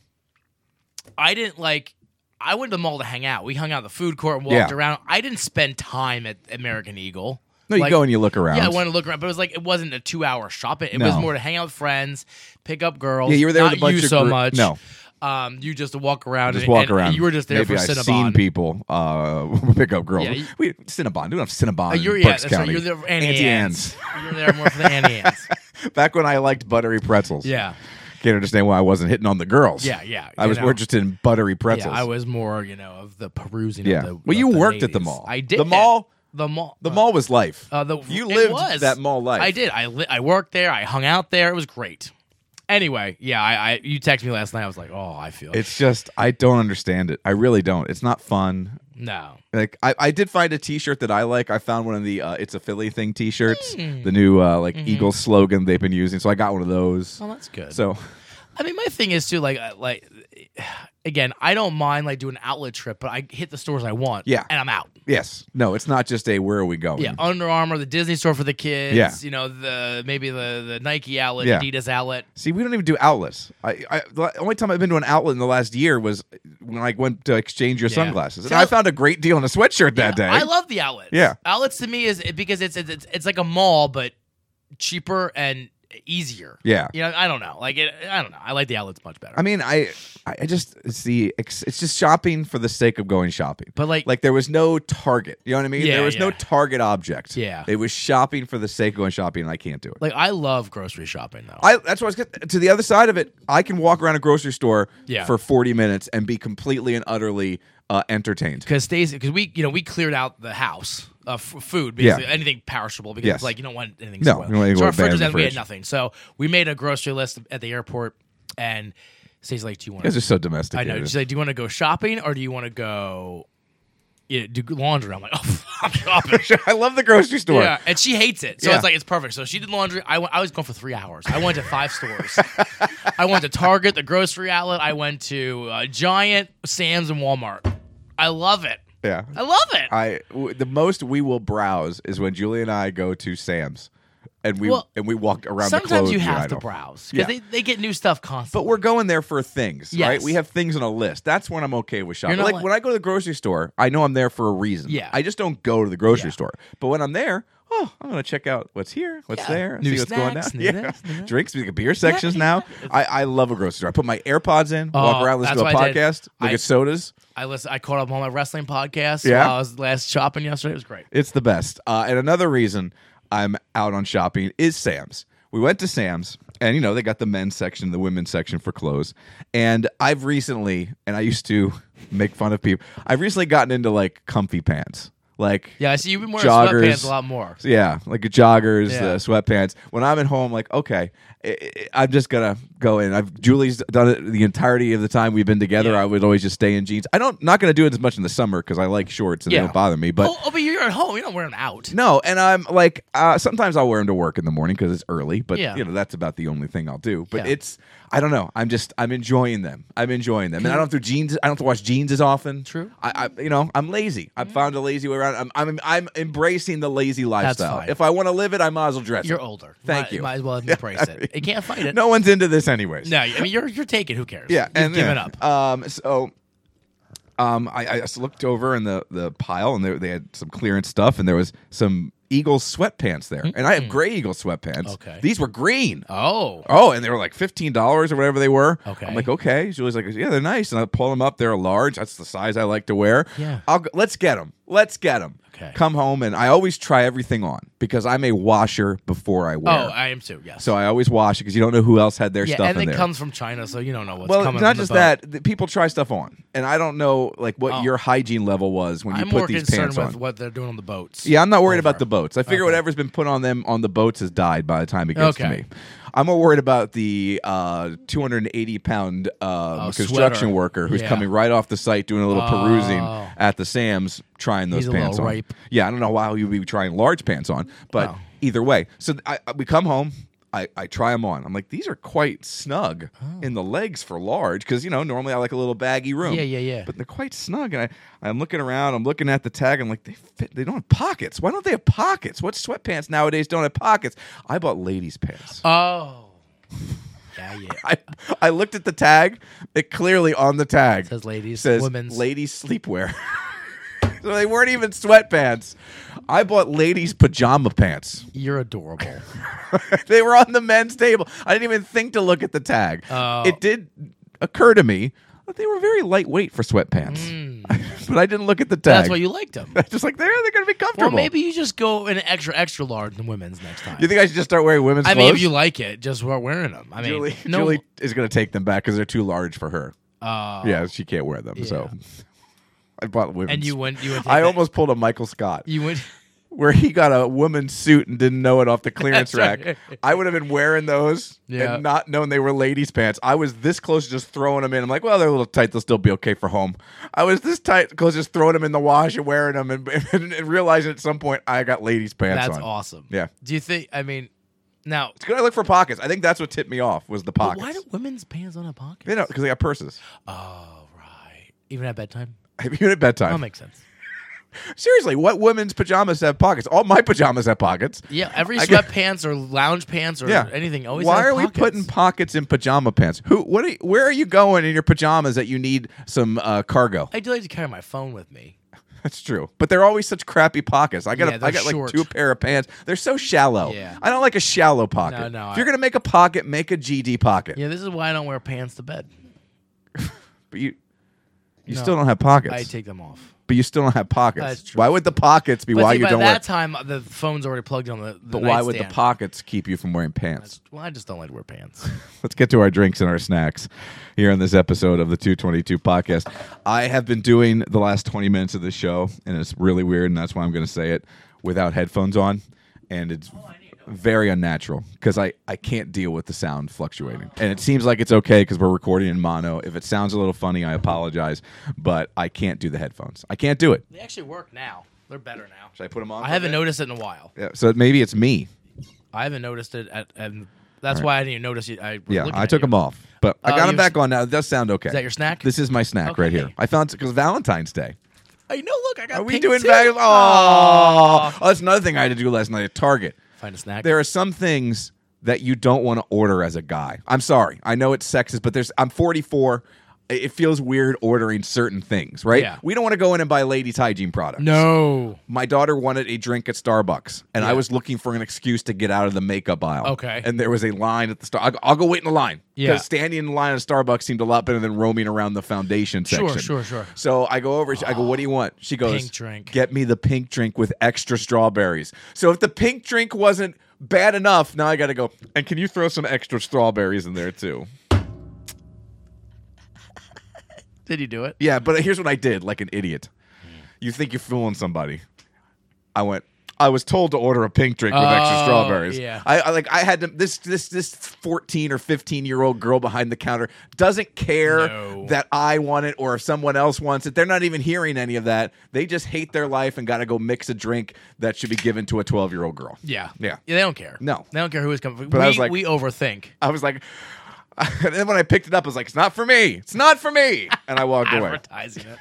[SPEAKER 2] I didn't like. I went to the mall to hang out. We hung out at the food court and
[SPEAKER 1] Yeah.
[SPEAKER 2] walked around. I didn't spend time at American Eagle.
[SPEAKER 1] no, you
[SPEAKER 2] Like,
[SPEAKER 1] go and you look around.
[SPEAKER 2] Yeah, I wanted to look around, but it was like it wasn't a two-hour shop. It, it was
[SPEAKER 1] No.
[SPEAKER 2] more to hang out with friends, pick up girls.
[SPEAKER 1] Yeah, you were there
[SPEAKER 2] Not
[SPEAKER 1] with a bunch
[SPEAKER 2] you
[SPEAKER 1] of
[SPEAKER 2] so
[SPEAKER 1] group-
[SPEAKER 2] much.
[SPEAKER 1] no.
[SPEAKER 2] um, you just to walk around.
[SPEAKER 1] just
[SPEAKER 2] and,
[SPEAKER 1] walk
[SPEAKER 2] and
[SPEAKER 1] around.
[SPEAKER 2] You were just there
[SPEAKER 1] Maybe
[SPEAKER 2] for
[SPEAKER 1] I've
[SPEAKER 2] Cinnabon.
[SPEAKER 1] seen people uh, pick up girls.
[SPEAKER 2] Yeah, you-
[SPEAKER 1] we Cinnabon. We don't have Cinnabon.
[SPEAKER 2] Uh, you're,
[SPEAKER 1] in
[SPEAKER 2] yeah,
[SPEAKER 1] Bucks
[SPEAKER 2] that's right.
[SPEAKER 1] County.
[SPEAKER 2] You're there for Annie
[SPEAKER 1] Auntie
[SPEAKER 2] Ann's. You're there more for the Annie Ann's.
[SPEAKER 1] Ann's. Back when I liked buttery pretzels.
[SPEAKER 2] Yeah.
[SPEAKER 1] Can't understand why I wasn't hitting on the girls.
[SPEAKER 2] Yeah, yeah,
[SPEAKER 1] I
[SPEAKER 2] you
[SPEAKER 1] was
[SPEAKER 2] know.
[SPEAKER 1] more interested in buttery pretzels.
[SPEAKER 2] Yeah, I was more, you know, of the perusing.
[SPEAKER 1] Yeah.
[SPEAKER 2] Of the,
[SPEAKER 1] Well,
[SPEAKER 2] of
[SPEAKER 1] you
[SPEAKER 2] the
[SPEAKER 1] worked at the
[SPEAKER 2] ladies.
[SPEAKER 1] mall.
[SPEAKER 2] I
[SPEAKER 1] The
[SPEAKER 2] did.
[SPEAKER 1] mall-
[SPEAKER 2] The mall.
[SPEAKER 1] the mall was life.
[SPEAKER 2] Uh, the,
[SPEAKER 1] you
[SPEAKER 2] it
[SPEAKER 1] lived
[SPEAKER 2] was.
[SPEAKER 1] that mall life.
[SPEAKER 2] I did. I li- I worked there. I hung out there. It was great. Anyway, yeah, I, I you texted me last night. I was like, oh, I feel
[SPEAKER 1] It's just I don't understand it. I really don't. It's not fun.
[SPEAKER 2] no.
[SPEAKER 1] Like I, I did find a T-shirt that I like. I found one of the uh, "It's a Philly Thing" T-shirts,
[SPEAKER 2] Hmm.
[SPEAKER 1] the new uh, like
[SPEAKER 2] Mm-hmm.
[SPEAKER 1] Eagle slogan they've been using. So I got one of those.
[SPEAKER 2] Well, Oh, that's good.
[SPEAKER 1] So
[SPEAKER 2] I mean, my thing is too, like, uh, like again, I don't mind like doing an outlet trip, but I hit the stores I want.
[SPEAKER 1] Yeah.
[SPEAKER 2] and I'm out.
[SPEAKER 1] yes, no, it's not just a where are we going?
[SPEAKER 2] Yeah, Under Armour, the Disney store for the kids.
[SPEAKER 1] Yeah.
[SPEAKER 2] you know the maybe the the Nike outlet,
[SPEAKER 1] Yeah.
[SPEAKER 2] Adidas outlet.
[SPEAKER 1] See, we don't even do outlets. I, I the only time I've been to an outlet in the last year was when I went to exchange your
[SPEAKER 2] Yeah.
[SPEAKER 1] sunglasses, and
[SPEAKER 2] See,
[SPEAKER 1] I
[SPEAKER 2] I-
[SPEAKER 1] found a great deal on a sweatshirt that day.
[SPEAKER 2] I love the outlets.
[SPEAKER 1] Yeah.
[SPEAKER 2] outlets to me is because it's it's it's like a mall but cheaper and easier.
[SPEAKER 1] Yeah.
[SPEAKER 2] you know I don't know, like it, I don't know. I like the outlets much better.
[SPEAKER 1] I mean, I, I I just it's the ex- it's just shopping for the sake of going shopping.
[SPEAKER 2] But, like-
[SPEAKER 1] like there was no target. You know what I mean?
[SPEAKER 2] Yeah,
[SPEAKER 1] there was no
[SPEAKER 2] yeah.
[SPEAKER 1] target object.
[SPEAKER 2] Yeah.
[SPEAKER 1] it was shopping for the sake of going shopping, and I can't do it.
[SPEAKER 2] like I love grocery shopping though.
[SPEAKER 1] I that's what I was getting, to the other side of it. I can walk around a grocery store
[SPEAKER 2] Yeah.
[SPEAKER 1] for forty minutes and be completely and utterly uh, entertained.
[SPEAKER 2] because Stacy, because we, you know, we cleared out the house of f- food, basically
[SPEAKER 1] Yeah.
[SPEAKER 2] anything perishable, because
[SPEAKER 1] Yes.
[SPEAKER 2] like you don't want anything.
[SPEAKER 1] No,
[SPEAKER 2] spoiled.
[SPEAKER 1] you don't want anything
[SPEAKER 2] so our
[SPEAKER 1] bad in
[SPEAKER 2] fridge was
[SPEAKER 1] the
[SPEAKER 2] empty, we had
[SPEAKER 1] fridge.
[SPEAKER 2] nothing. So we made a grocery list at the airport, and Stacy's like, "Do you want?"
[SPEAKER 1] You guys are
[SPEAKER 2] to
[SPEAKER 1] so domestic.
[SPEAKER 2] I know. She's like, "Do you want to go shopping or do you want to go, you know, do laundry?" I'm like, "Oh, I'm shopping."
[SPEAKER 1] I love the grocery store.
[SPEAKER 2] Yeah, and she hates it. So
[SPEAKER 1] Yeah.
[SPEAKER 2] it's like it's perfect. So she did laundry. I went- I was gone for three hours. I went to five stores. I went to Target, the grocery outlet. I went to uh, Giant, Sam's, and Walmart. I love it.
[SPEAKER 1] Yeah.
[SPEAKER 2] I love it.
[SPEAKER 1] I w- the most we will browse is when Julie and I go to Sam's, and we
[SPEAKER 2] Well,
[SPEAKER 1] and we walk around. the
[SPEAKER 2] Sometimes
[SPEAKER 1] clothes
[SPEAKER 2] you have
[SPEAKER 1] aisle.
[SPEAKER 2] to browse
[SPEAKER 1] Yeah.
[SPEAKER 2] because they, they get new stuff
[SPEAKER 1] But
[SPEAKER 2] constantly.
[SPEAKER 1] we're going there for things, right?
[SPEAKER 2] Yes.
[SPEAKER 1] We have things on a list. That's when I'm okay with shopping.
[SPEAKER 2] You're not
[SPEAKER 1] Like,
[SPEAKER 2] like-
[SPEAKER 1] when I go to the grocery store, I know I'm there for a reason.
[SPEAKER 2] Yeah.
[SPEAKER 1] I just don't go to the grocery
[SPEAKER 2] Yeah.
[SPEAKER 1] store. But when I'm there, oh, I'm gonna check out what's here, what's
[SPEAKER 2] Yeah.
[SPEAKER 1] there, and
[SPEAKER 2] New
[SPEAKER 1] see what's going
[SPEAKER 2] snacks,
[SPEAKER 1] down.
[SPEAKER 2] new
[SPEAKER 1] yeah.
[SPEAKER 2] this, new that.
[SPEAKER 1] Drinks, we got beer sections now. I, I love a grocery store. I put my AirPods in, walk
[SPEAKER 2] Oh,
[SPEAKER 1] around, listen to a
[SPEAKER 2] that's what I did.
[SPEAKER 1] podcast, look
[SPEAKER 2] I-
[SPEAKER 1] at sodas.
[SPEAKER 2] I listen, I caught up on my wrestling podcast
[SPEAKER 1] Yeah.
[SPEAKER 2] while I was last shopping yesterday. It was great.
[SPEAKER 1] It's the best. Uh, and another reason I'm out on shopping is Sam's. We went to Sam's, and you know they got the men's section, the women's section for clothes. And I've recently, and I used to make fun of people. I've recently gotten into like comfy pants, like
[SPEAKER 2] Yeah, I see you've been wearing
[SPEAKER 1] Joggers.
[SPEAKER 2] sweatpants a lot more.
[SPEAKER 1] so, yeah, like the joggers,
[SPEAKER 2] Yeah.
[SPEAKER 1] the sweatpants. When I'm at home, like okay, I- I- I'm just gonna go in. I've Julie's done it the entirety of the time we've been together.
[SPEAKER 2] Yeah.
[SPEAKER 1] I would always just stay in jeans. I don't not gonna do it as much in the summer because I like shorts and
[SPEAKER 2] Yeah.
[SPEAKER 1] they don't bother me. But
[SPEAKER 2] oh, oh, but you're at home. You're not wearing them out.
[SPEAKER 1] no, and I'm like, uh, sometimes I'll wear them to work in the morning because it's early, but
[SPEAKER 2] Yeah.
[SPEAKER 1] you know that's about the only thing I'll do. But
[SPEAKER 2] Yeah.
[SPEAKER 1] it's, I don't know. I'm just, I'm enjoying them. I'm enjoying them, and I don't have to jeans. I don't have to wash jeans as often.
[SPEAKER 2] True.
[SPEAKER 1] I, I you know, I'm lazy. I've found a lazy way around. I'm, I'm, I'm embracing the lazy lifestyle.
[SPEAKER 2] fine.
[SPEAKER 1] If I want to live it, I might as well dress.
[SPEAKER 2] You're
[SPEAKER 1] it.
[SPEAKER 2] older.
[SPEAKER 1] Thank
[SPEAKER 2] might,
[SPEAKER 1] you.
[SPEAKER 2] Might as well embrace it. You can't fight it.
[SPEAKER 1] No one's into this, anyways.
[SPEAKER 2] No, I mean you're you're taking. Who cares?
[SPEAKER 1] Yeah,
[SPEAKER 2] You've
[SPEAKER 1] and
[SPEAKER 2] given
[SPEAKER 1] yeah.
[SPEAKER 2] up.
[SPEAKER 1] Um, so, um, I, I just looked over in the the pile, and there, they had some clearance stuff, and there was some Eagles sweatpants there, and I have gray Eagle sweatpants.
[SPEAKER 2] Okay.
[SPEAKER 1] These were green.
[SPEAKER 2] Oh.
[SPEAKER 1] Oh, and they were like fifteen dollars or whatever they were.
[SPEAKER 2] Okay.
[SPEAKER 1] I'm like, okay. Julie's like, yeah, they're nice, and I pull them up. They're a large. That's the size I like to wear.
[SPEAKER 2] Yeah.
[SPEAKER 1] I'll go, let's get them. Let's get them.
[SPEAKER 2] Okay.
[SPEAKER 1] Come home, and I always try everything on because I'm a washer before I
[SPEAKER 2] Oh,
[SPEAKER 1] wear.
[SPEAKER 2] I am too. Yes.
[SPEAKER 1] so I always wash it because you don't know who else had their
[SPEAKER 2] yeah,
[SPEAKER 1] stuff
[SPEAKER 2] and
[SPEAKER 1] in
[SPEAKER 2] it
[SPEAKER 1] there.
[SPEAKER 2] comes from China, so you don't know what's
[SPEAKER 1] well,
[SPEAKER 2] coming.
[SPEAKER 1] not
[SPEAKER 2] from the
[SPEAKER 1] just
[SPEAKER 2] boat.
[SPEAKER 1] that. th- People try stuff on, and I don't know like what
[SPEAKER 2] Oh.
[SPEAKER 1] your hygiene level was when you
[SPEAKER 2] I'm
[SPEAKER 1] put
[SPEAKER 2] more
[SPEAKER 1] these
[SPEAKER 2] concerned
[SPEAKER 1] pants
[SPEAKER 2] with
[SPEAKER 1] on.
[SPEAKER 2] what they're doing on the boats.
[SPEAKER 1] Yeah, I'm not worried about
[SPEAKER 2] Over.
[SPEAKER 1] the boats. I figure
[SPEAKER 2] Okay.
[SPEAKER 1] whatever's been put on them on the boats has died by the time it gets
[SPEAKER 2] Okay.
[SPEAKER 1] to me. I'm more worried about the uh, 280 pound uh,
[SPEAKER 2] Oh,
[SPEAKER 1] construction
[SPEAKER 2] sweater.
[SPEAKER 1] worker who's
[SPEAKER 2] Yeah.
[SPEAKER 1] coming right off the site doing a little perusing
[SPEAKER 2] Oh.
[SPEAKER 1] at the Sam's trying those
[SPEAKER 2] He's a little
[SPEAKER 1] pants on.
[SPEAKER 2] ripe.
[SPEAKER 1] Yeah, I don't know why you'd be trying large pants on, but
[SPEAKER 2] Wow.
[SPEAKER 1] either way. So th- I, I- we come home. I, I try them on. I'm like, these are quite snug
[SPEAKER 2] Oh.
[SPEAKER 1] in the legs for large because, you know, normally I like a little baggy room.
[SPEAKER 2] Yeah, yeah, yeah.
[SPEAKER 1] But they're quite snug. And I, I'm looking around, I'm looking at the tag, I'm like, they fit, they don't have pockets. Why don't they have pockets? What sweatpants nowadays don't have pockets? I bought ladies' pants.
[SPEAKER 2] Oh. Yeah, yeah.
[SPEAKER 1] I, I looked at the tag. It clearly on the tag
[SPEAKER 2] Says ladies,
[SPEAKER 1] says
[SPEAKER 2] women's.
[SPEAKER 1] ladies sleepwear. so they weren't even sweatpants. I bought ladies' pajama pants.
[SPEAKER 2] You're adorable.
[SPEAKER 1] they were on the men's table. I didn't even think to look at the tag.
[SPEAKER 2] Oh.
[SPEAKER 1] It did occur to me that they were very lightweight for sweatpants, but I didn't look at the tag.
[SPEAKER 2] Hmm. That's why you liked them.
[SPEAKER 1] just like they're they're gonna be
[SPEAKER 2] Well,
[SPEAKER 1] comfortable.
[SPEAKER 2] maybe you just go an extra, extra large than women's next time.
[SPEAKER 1] you think I should just start wearing women's
[SPEAKER 2] I
[SPEAKER 1] clothes?
[SPEAKER 2] mean, if you like it, just start wearing them. I mean,
[SPEAKER 1] Julie,
[SPEAKER 2] no,
[SPEAKER 1] Julie is gonna take them back because they're too large for her.
[SPEAKER 2] uh,
[SPEAKER 1] yeah, she can't wear them. So I bought women's.
[SPEAKER 2] And you went, you went.
[SPEAKER 1] I almost pulled a Michael Scott
[SPEAKER 2] you went.
[SPEAKER 1] where he got a woman's suit and didn't know it off the clearance
[SPEAKER 2] That's
[SPEAKER 1] rack.
[SPEAKER 2] right.
[SPEAKER 1] I would have been wearing those
[SPEAKER 2] Yeah.
[SPEAKER 1] and not known they were ladies' pants. I was this close to just throwing them in. I'm like, well, they're a little tight. They'll still be okay for home. I was this tight close to just throwing them in the wash and wearing them and, and, realizing at some point I got ladies' pants
[SPEAKER 2] That's
[SPEAKER 1] on.
[SPEAKER 2] awesome.
[SPEAKER 1] Yeah.
[SPEAKER 2] Do you think? I mean, now,
[SPEAKER 1] It's good I look for pockets. I think that's what tipped me off was the
[SPEAKER 2] but
[SPEAKER 1] pockets.
[SPEAKER 2] why do women's pants don't have pockets?
[SPEAKER 1] They know because they got purses.
[SPEAKER 2] Oh, right. Even at bedtime.
[SPEAKER 1] Even at bedtime.
[SPEAKER 2] That makes sense.
[SPEAKER 1] Seriously, what women's pajamas have pockets? All my pajamas have pockets.
[SPEAKER 2] Yeah, every
[SPEAKER 1] I get-
[SPEAKER 2] sweatpants or lounge pants or
[SPEAKER 1] yeah.
[SPEAKER 2] anything always.
[SPEAKER 1] Why
[SPEAKER 2] has
[SPEAKER 1] are
[SPEAKER 2] pockets.
[SPEAKER 1] we putting pockets in pajama pants? Who? What? Are you, where are you going in your pajamas that you need some uh, cargo?
[SPEAKER 2] I do like to carry my phone with me.
[SPEAKER 1] That's true. But they're always such crappy pockets. I got.
[SPEAKER 2] Yeah,
[SPEAKER 1] I
[SPEAKER 2] they're
[SPEAKER 1] got like
[SPEAKER 2] short.
[SPEAKER 1] two pair of pants. They're so shallow.
[SPEAKER 2] Yeah.
[SPEAKER 1] I don't like a shallow pocket.
[SPEAKER 2] No, no,
[SPEAKER 1] If
[SPEAKER 2] I-
[SPEAKER 1] you're gonna make a pocket, make a GD pocket.
[SPEAKER 2] Yeah, this is why I don't wear pants to bed.
[SPEAKER 1] But you. You
[SPEAKER 2] No.
[SPEAKER 1] still don't have pockets.
[SPEAKER 2] I take them off.
[SPEAKER 1] but you still don't have pockets.
[SPEAKER 2] That's true.
[SPEAKER 1] Why would the pockets be
[SPEAKER 2] But
[SPEAKER 1] why
[SPEAKER 2] see,
[SPEAKER 1] you
[SPEAKER 2] by
[SPEAKER 1] don't
[SPEAKER 2] that
[SPEAKER 1] wear?
[SPEAKER 2] time, the phone's already plugged on the. the
[SPEAKER 1] But why would the
[SPEAKER 2] nightstand.
[SPEAKER 1] pockets keep you from wearing pants?
[SPEAKER 2] Well, I just don't like to wear pants.
[SPEAKER 1] Let's get to our drinks and our snacks here on this episode of the 222 podcast. I have been doing the last 20 minutes of this show, and it's really weird, and that's why I'm going to say it without headphones on. And it's very unnatural because I, I can't deal with the sound fluctuating. And it seems like it's okay because we're recording in mono. If it sounds a little funny, I apologize, but I can't do the headphones. I can't do it.
[SPEAKER 2] they actually work now. They're better now.
[SPEAKER 1] Should I put them on?
[SPEAKER 2] I
[SPEAKER 1] for a
[SPEAKER 2] haven't
[SPEAKER 1] bit?
[SPEAKER 2] noticed it in a while.
[SPEAKER 1] Yeah, so maybe it's me.
[SPEAKER 2] I haven't noticed it, at, and that's why I didn't even notice you. I was
[SPEAKER 1] Yeah,
[SPEAKER 2] looking
[SPEAKER 1] I
[SPEAKER 2] at
[SPEAKER 1] took
[SPEAKER 2] you.
[SPEAKER 1] them off, but I
[SPEAKER 2] Oh,
[SPEAKER 1] got
[SPEAKER 2] your
[SPEAKER 1] them back
[SPEAKER 2] sn-
[SPEAKER 1] on now. It does sound okay.
[SPEAKER 2] Is that your snack?
[SPEAKER 1] This is my snack right
[SPEAKER 2] Okay. Oh,
[SPEAKER 1] here. I found because Valentine's Day.
[SPEAKER 2] Hey, no, look, I got.
[SPEAKER 1] Are we
[SPEAKER 2] pink
[SPEAKER 1] doing
[SPEAKER 2] too.
[SPEAKER 1] Valentine's? Oh, that's another thing I had to do last night at Target.
[SPEAKER 2] Find a snack.
[SPEAKER 1] There are some things that you don't want to order as a guy. I'm sorry. I know it's sexist, but there's. I'm 44. I- It feels weird ordering certain things, right?
[SPEAKER 2] Yeah.
[SPEAKER 1] We don't want to go in and buy ladies' hygiene products.
[SPEAKER 2] No.
[SPEAKER 1] My daughter wanted a drink at Starbucks, and I was looking for an excuse to get out of the makeup aisle.
[SPEAKER 2] Okay.
[SPEAKER 1] And there was a line at the star. I'll, I'll go wait in the line.
[SPEAKER 2] Yeah.
[SPEAKER 1] standing in line at Starbucks seemed a lot better than roaming around the foundation
[SPEAKER 2] Sure,
[SPEAKER 1] section.
[SPEAKER 2] sure, sure.
[SPEAKER 1] So I go over. I go, "What do you want?" She goes,
[SPEAKER 2] Pink drink.
[SPEAKER 1] Get me the pink drink with extra strawberries." So if the pink drink wasn't bad enough, now I got to go. And can you throw some extra strawberries in there too?
[SPEAKER 2] Did you do it?
[SPEAKER 1] Yeah, but here's what I did, like an idiot. You think you're fooling somebody. I went. I was told to order a pink drink with extra
[SPEAKER 2] Oh,
[SPEAKER 1] strawberries.
[SPEAKER 2] yeah.
[SPEAKER 1] I, I like. I had to. This this this 14 or 15 year old girl behind the counter doesn't care
[SPEAKER 2] No.
[SPEAKER 1] that I want it or if someone else wants it. They're not even hearing any of that. They just hate their life and got to go mix a drink that should be given to a 12 year old girl.
[SPEAKER 2] Yeah.
[SPEAKER 1] Yeah.
[SPEAKER 2] They don't care.
[SPEAKER 1] No.
[SPEAKER 2] They don't care who is coming. From.
[SPEAKER 1] But
[SPEAKER 2] we,
[SPEAKER 1] I was like-
[SPEAKER 2] we overthink.
[SPEAKER 1] I was like. And then when I picked it up, I was like, "It's not for me. It's not for me." And I walked away.
[SPEAKER 2] Advertising it.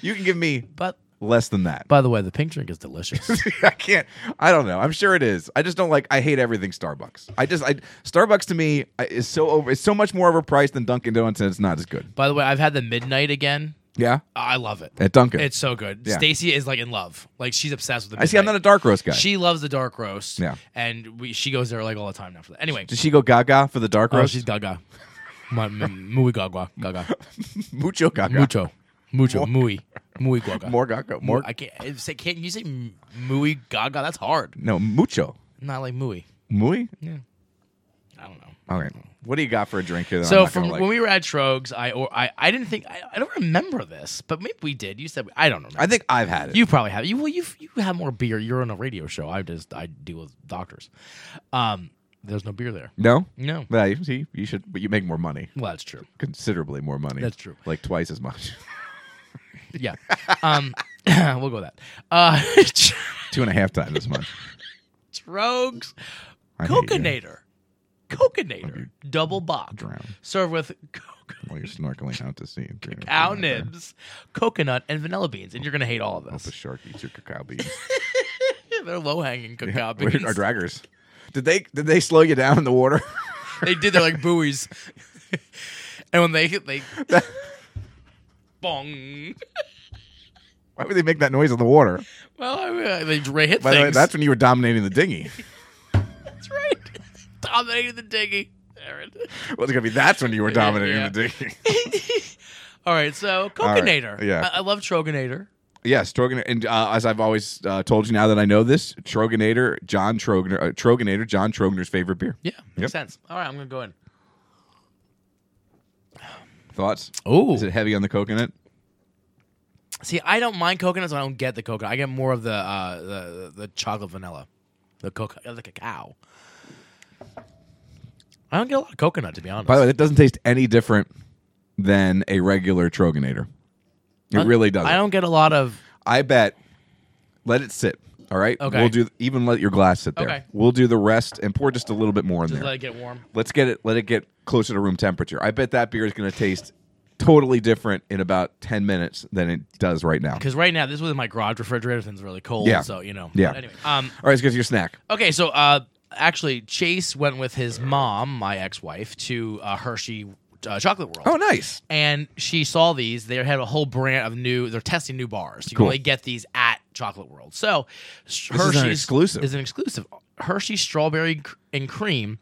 [SPEAKER 1] You can give me
[SPEAKER 2] But
[SPEAKER 1] less than that.
[SPEAKER 2] by the way, the pink drink is delicious.
[SPEAKER 1] I can't. I don't know. I'm sure it is. I just don't like. I hate everything Starbucks. I just. I Starbucks to me I- is so over. It's so much more overpriced than Dunkin' Donuts, and it's not as good.
[SPEAKER 2] by the way, I've had the midnight again.
[SPEAKER 1] Yeah,
[SPEAKER 2] I love it.
[SPEAKER 1] at Duncan.
[SPEAKER 2] It's so good.
[SPEAKER 1] Yeah.
[SPEAKER 2] Stacy is like in love. Like she's obsessed with the
[SPEAKER 1] I see. I'm not a
[SPEAKER 2] Midnight.
[SPEAKER 1] dark roast guy.
[SPEAKER 2] She loves the dark roast.
[SPEAKER 1] Yeah.
[SPEAKER 2] And we, she goes there like all the time now for that. Anyway.
[SPEAKER 1] Does she go Gaga for the dark
[SPEAKER 2] oh,
[SPEAKER 1] roast?
[SPEAKER 2] she's gaga. My, m- muy gaga. Gaga.
[SPEAKER 1] mucho Gaga.
[SPEAKER 2] Mucho. Mucho. Muy. Muy gaga.
[SPEAKER 1] More Gaga. More.
[SPEAKER 2] More. I can't say, can't you say m- muy gaga? That's hard.
[SPEAKER 1] no, mucho.
[SPEAKER 2] Not like muy.
[SPEAKER 1] Muy.
[SPEAKER 2] I don't know.
[SPEAKER 1] All right. What do you got for a drink here? That I'm
[SPEAKER 2] So
[SPEAKER 1] not gonna
[SPEAKER 2] from
[SPEAKER 1] like?
[SPEAKER 2] when we were at Trogs, I or I, I didn't think I, I don't remember this, but maybe we did. You said I don't remember.
[SPEAKER 1] I think I've had it.
[SPEAKER 2] You probably have. You well, you you have more beer. You're on a radio show. I just I deal with doctors. Um, there's no beer there.
[SPEAKER 1] no.
[SPEAKER 2] No.
[SPEAKER 1] Yeah, you see, you should, but you make more money,
[SPEAKER 2] Well, that's true.
[SPEAKER 1] considerably more money.
[SPEAKER 2] That's true.
[SPEAKER 1] Like twice as much,
[SPEAKER 2] Yeah. Um, we'll go with that. Uh,
[SPEAKER 1] two and a half times as much.
[SPEAKER 2] Trogs,
[SPEAKER 1] I hate you.
[SPEAKER 2] Coconator, Coconator, double bock,
[SPEAKER 1] Drown.
[SPEAKER 2] served with coconut.
[SPEAKER 1] While you're snorkeling out to sea,
[SPEAKER 2] Cow nibs, coconut, and vanilla beans, and you're gonna hate all of
[SPEAKER 1] Hope a
[SPEAKER 2] this.
[SPEAKER 1] shark eats your cacao beans.
[SPEAKER 2] They're low hanging cacao beans.
[SPEAKER 1] Where are draggers? Did they did they slow you down in the water?
[SPEAKER 2] They did. They're like buoys. and when they hit, they bong.
[SPEAKER 1] Why would they make that noise in the water?
[SPEAKER 2] Well, I mean, they dra- hit
[SPEAKER 1] By the way,
[SPEAKER 2] things.
[SPEAKER 1] that's when you were dominating the dinghy.
[SPEAKER 2] That's right. Dominated the dinghy. There it is.
[SPEAKER 1] Well, it's gonna be that's when you were dominating
[SPEAKER 2] Yeah.
[SPEAKER 1] the dinghy.
[SPEAKER 2] All right, so
[SPEAKER 1] right,
[SPEAKER 2] Coconator.
[SPEAKER 1] yeah.
[SPEAKER 2] I, I love Troganator.
[SPEAKER 1] Yes, Trogan, and uh, as I've always uh, told you, now that I know this, Troganator, John Troganer, uh, Troganator, John Troganer's favorite beer.
[SPEAKER 2] Yeah, makes
[SPEAKER 1] Yep.
[SPEAKER 2] sense. All right, I'm gonna go in.
[SPEAKER 1] Thoughts?
[SPEAKER 2] Oh,
[SPEAKER 1] Is it heavy on the coconut?
[SPEAKER 2] see, I don't mind coconuts. I don't get the coconut. I get more of the uh, the the chocolate vanilla, the coco- the cacao. I don't get a lot of coconut, to be honest.
[SPEAKER 1] By the way, that doesn't taste any different than a regular Troganator. It really doesn't.
[SPEAKER 2] I don't get a lot of.
[SPEAKER 1] I bet. Let it sit. All right.
[SPEAKER 2] Okay.
[SPEAKER 1] We'll do even let your glass sit there.
[SPEAKER 2] Okay.
[SPEAKER 1] We'll do the rest and pour just a little bit more in
[SPEAKER 2] Just
[SPEAKER 1] there.
[SPEAKER 2] let it get warm.
[SPEAKER 1] Let's get it. Let it get closer to room temperature. I bet that beer is going to taste totally different in about ten minutes than it does right now.
[SPEAKER 2] Because right now, this was in my garage refrigerator. Things really cold.
[SPEAKER 1] Yeah.
[SPEAKER 2] So you know.
[SPEAKER 1] Yeah.
[SPEAKER 2] But anyway, um,
[SPEAKER 1] All right, let's get to your snack.
[SPEAKER 2] Okay, so uh, actually, Chase went with his mom, my ex-wife, to uh, Hershey uh, Chocolate World.
[SPEAKER 1] Oh, nice.
[SPEAKER 2] And she saw these. They had a whole brand of new. They're testing new bars. You
[SPEAKER 1] Cool.
[SPEAKER 2] can only get these at Chocolate World. So sh-
[SPEAKER 1] This is an
[SPEAKER 2] Hershey's
[SPEAKER 1] exclusive.
[SPEAKER 2] Is an exclusive. Hershey strawberry cr- and cream,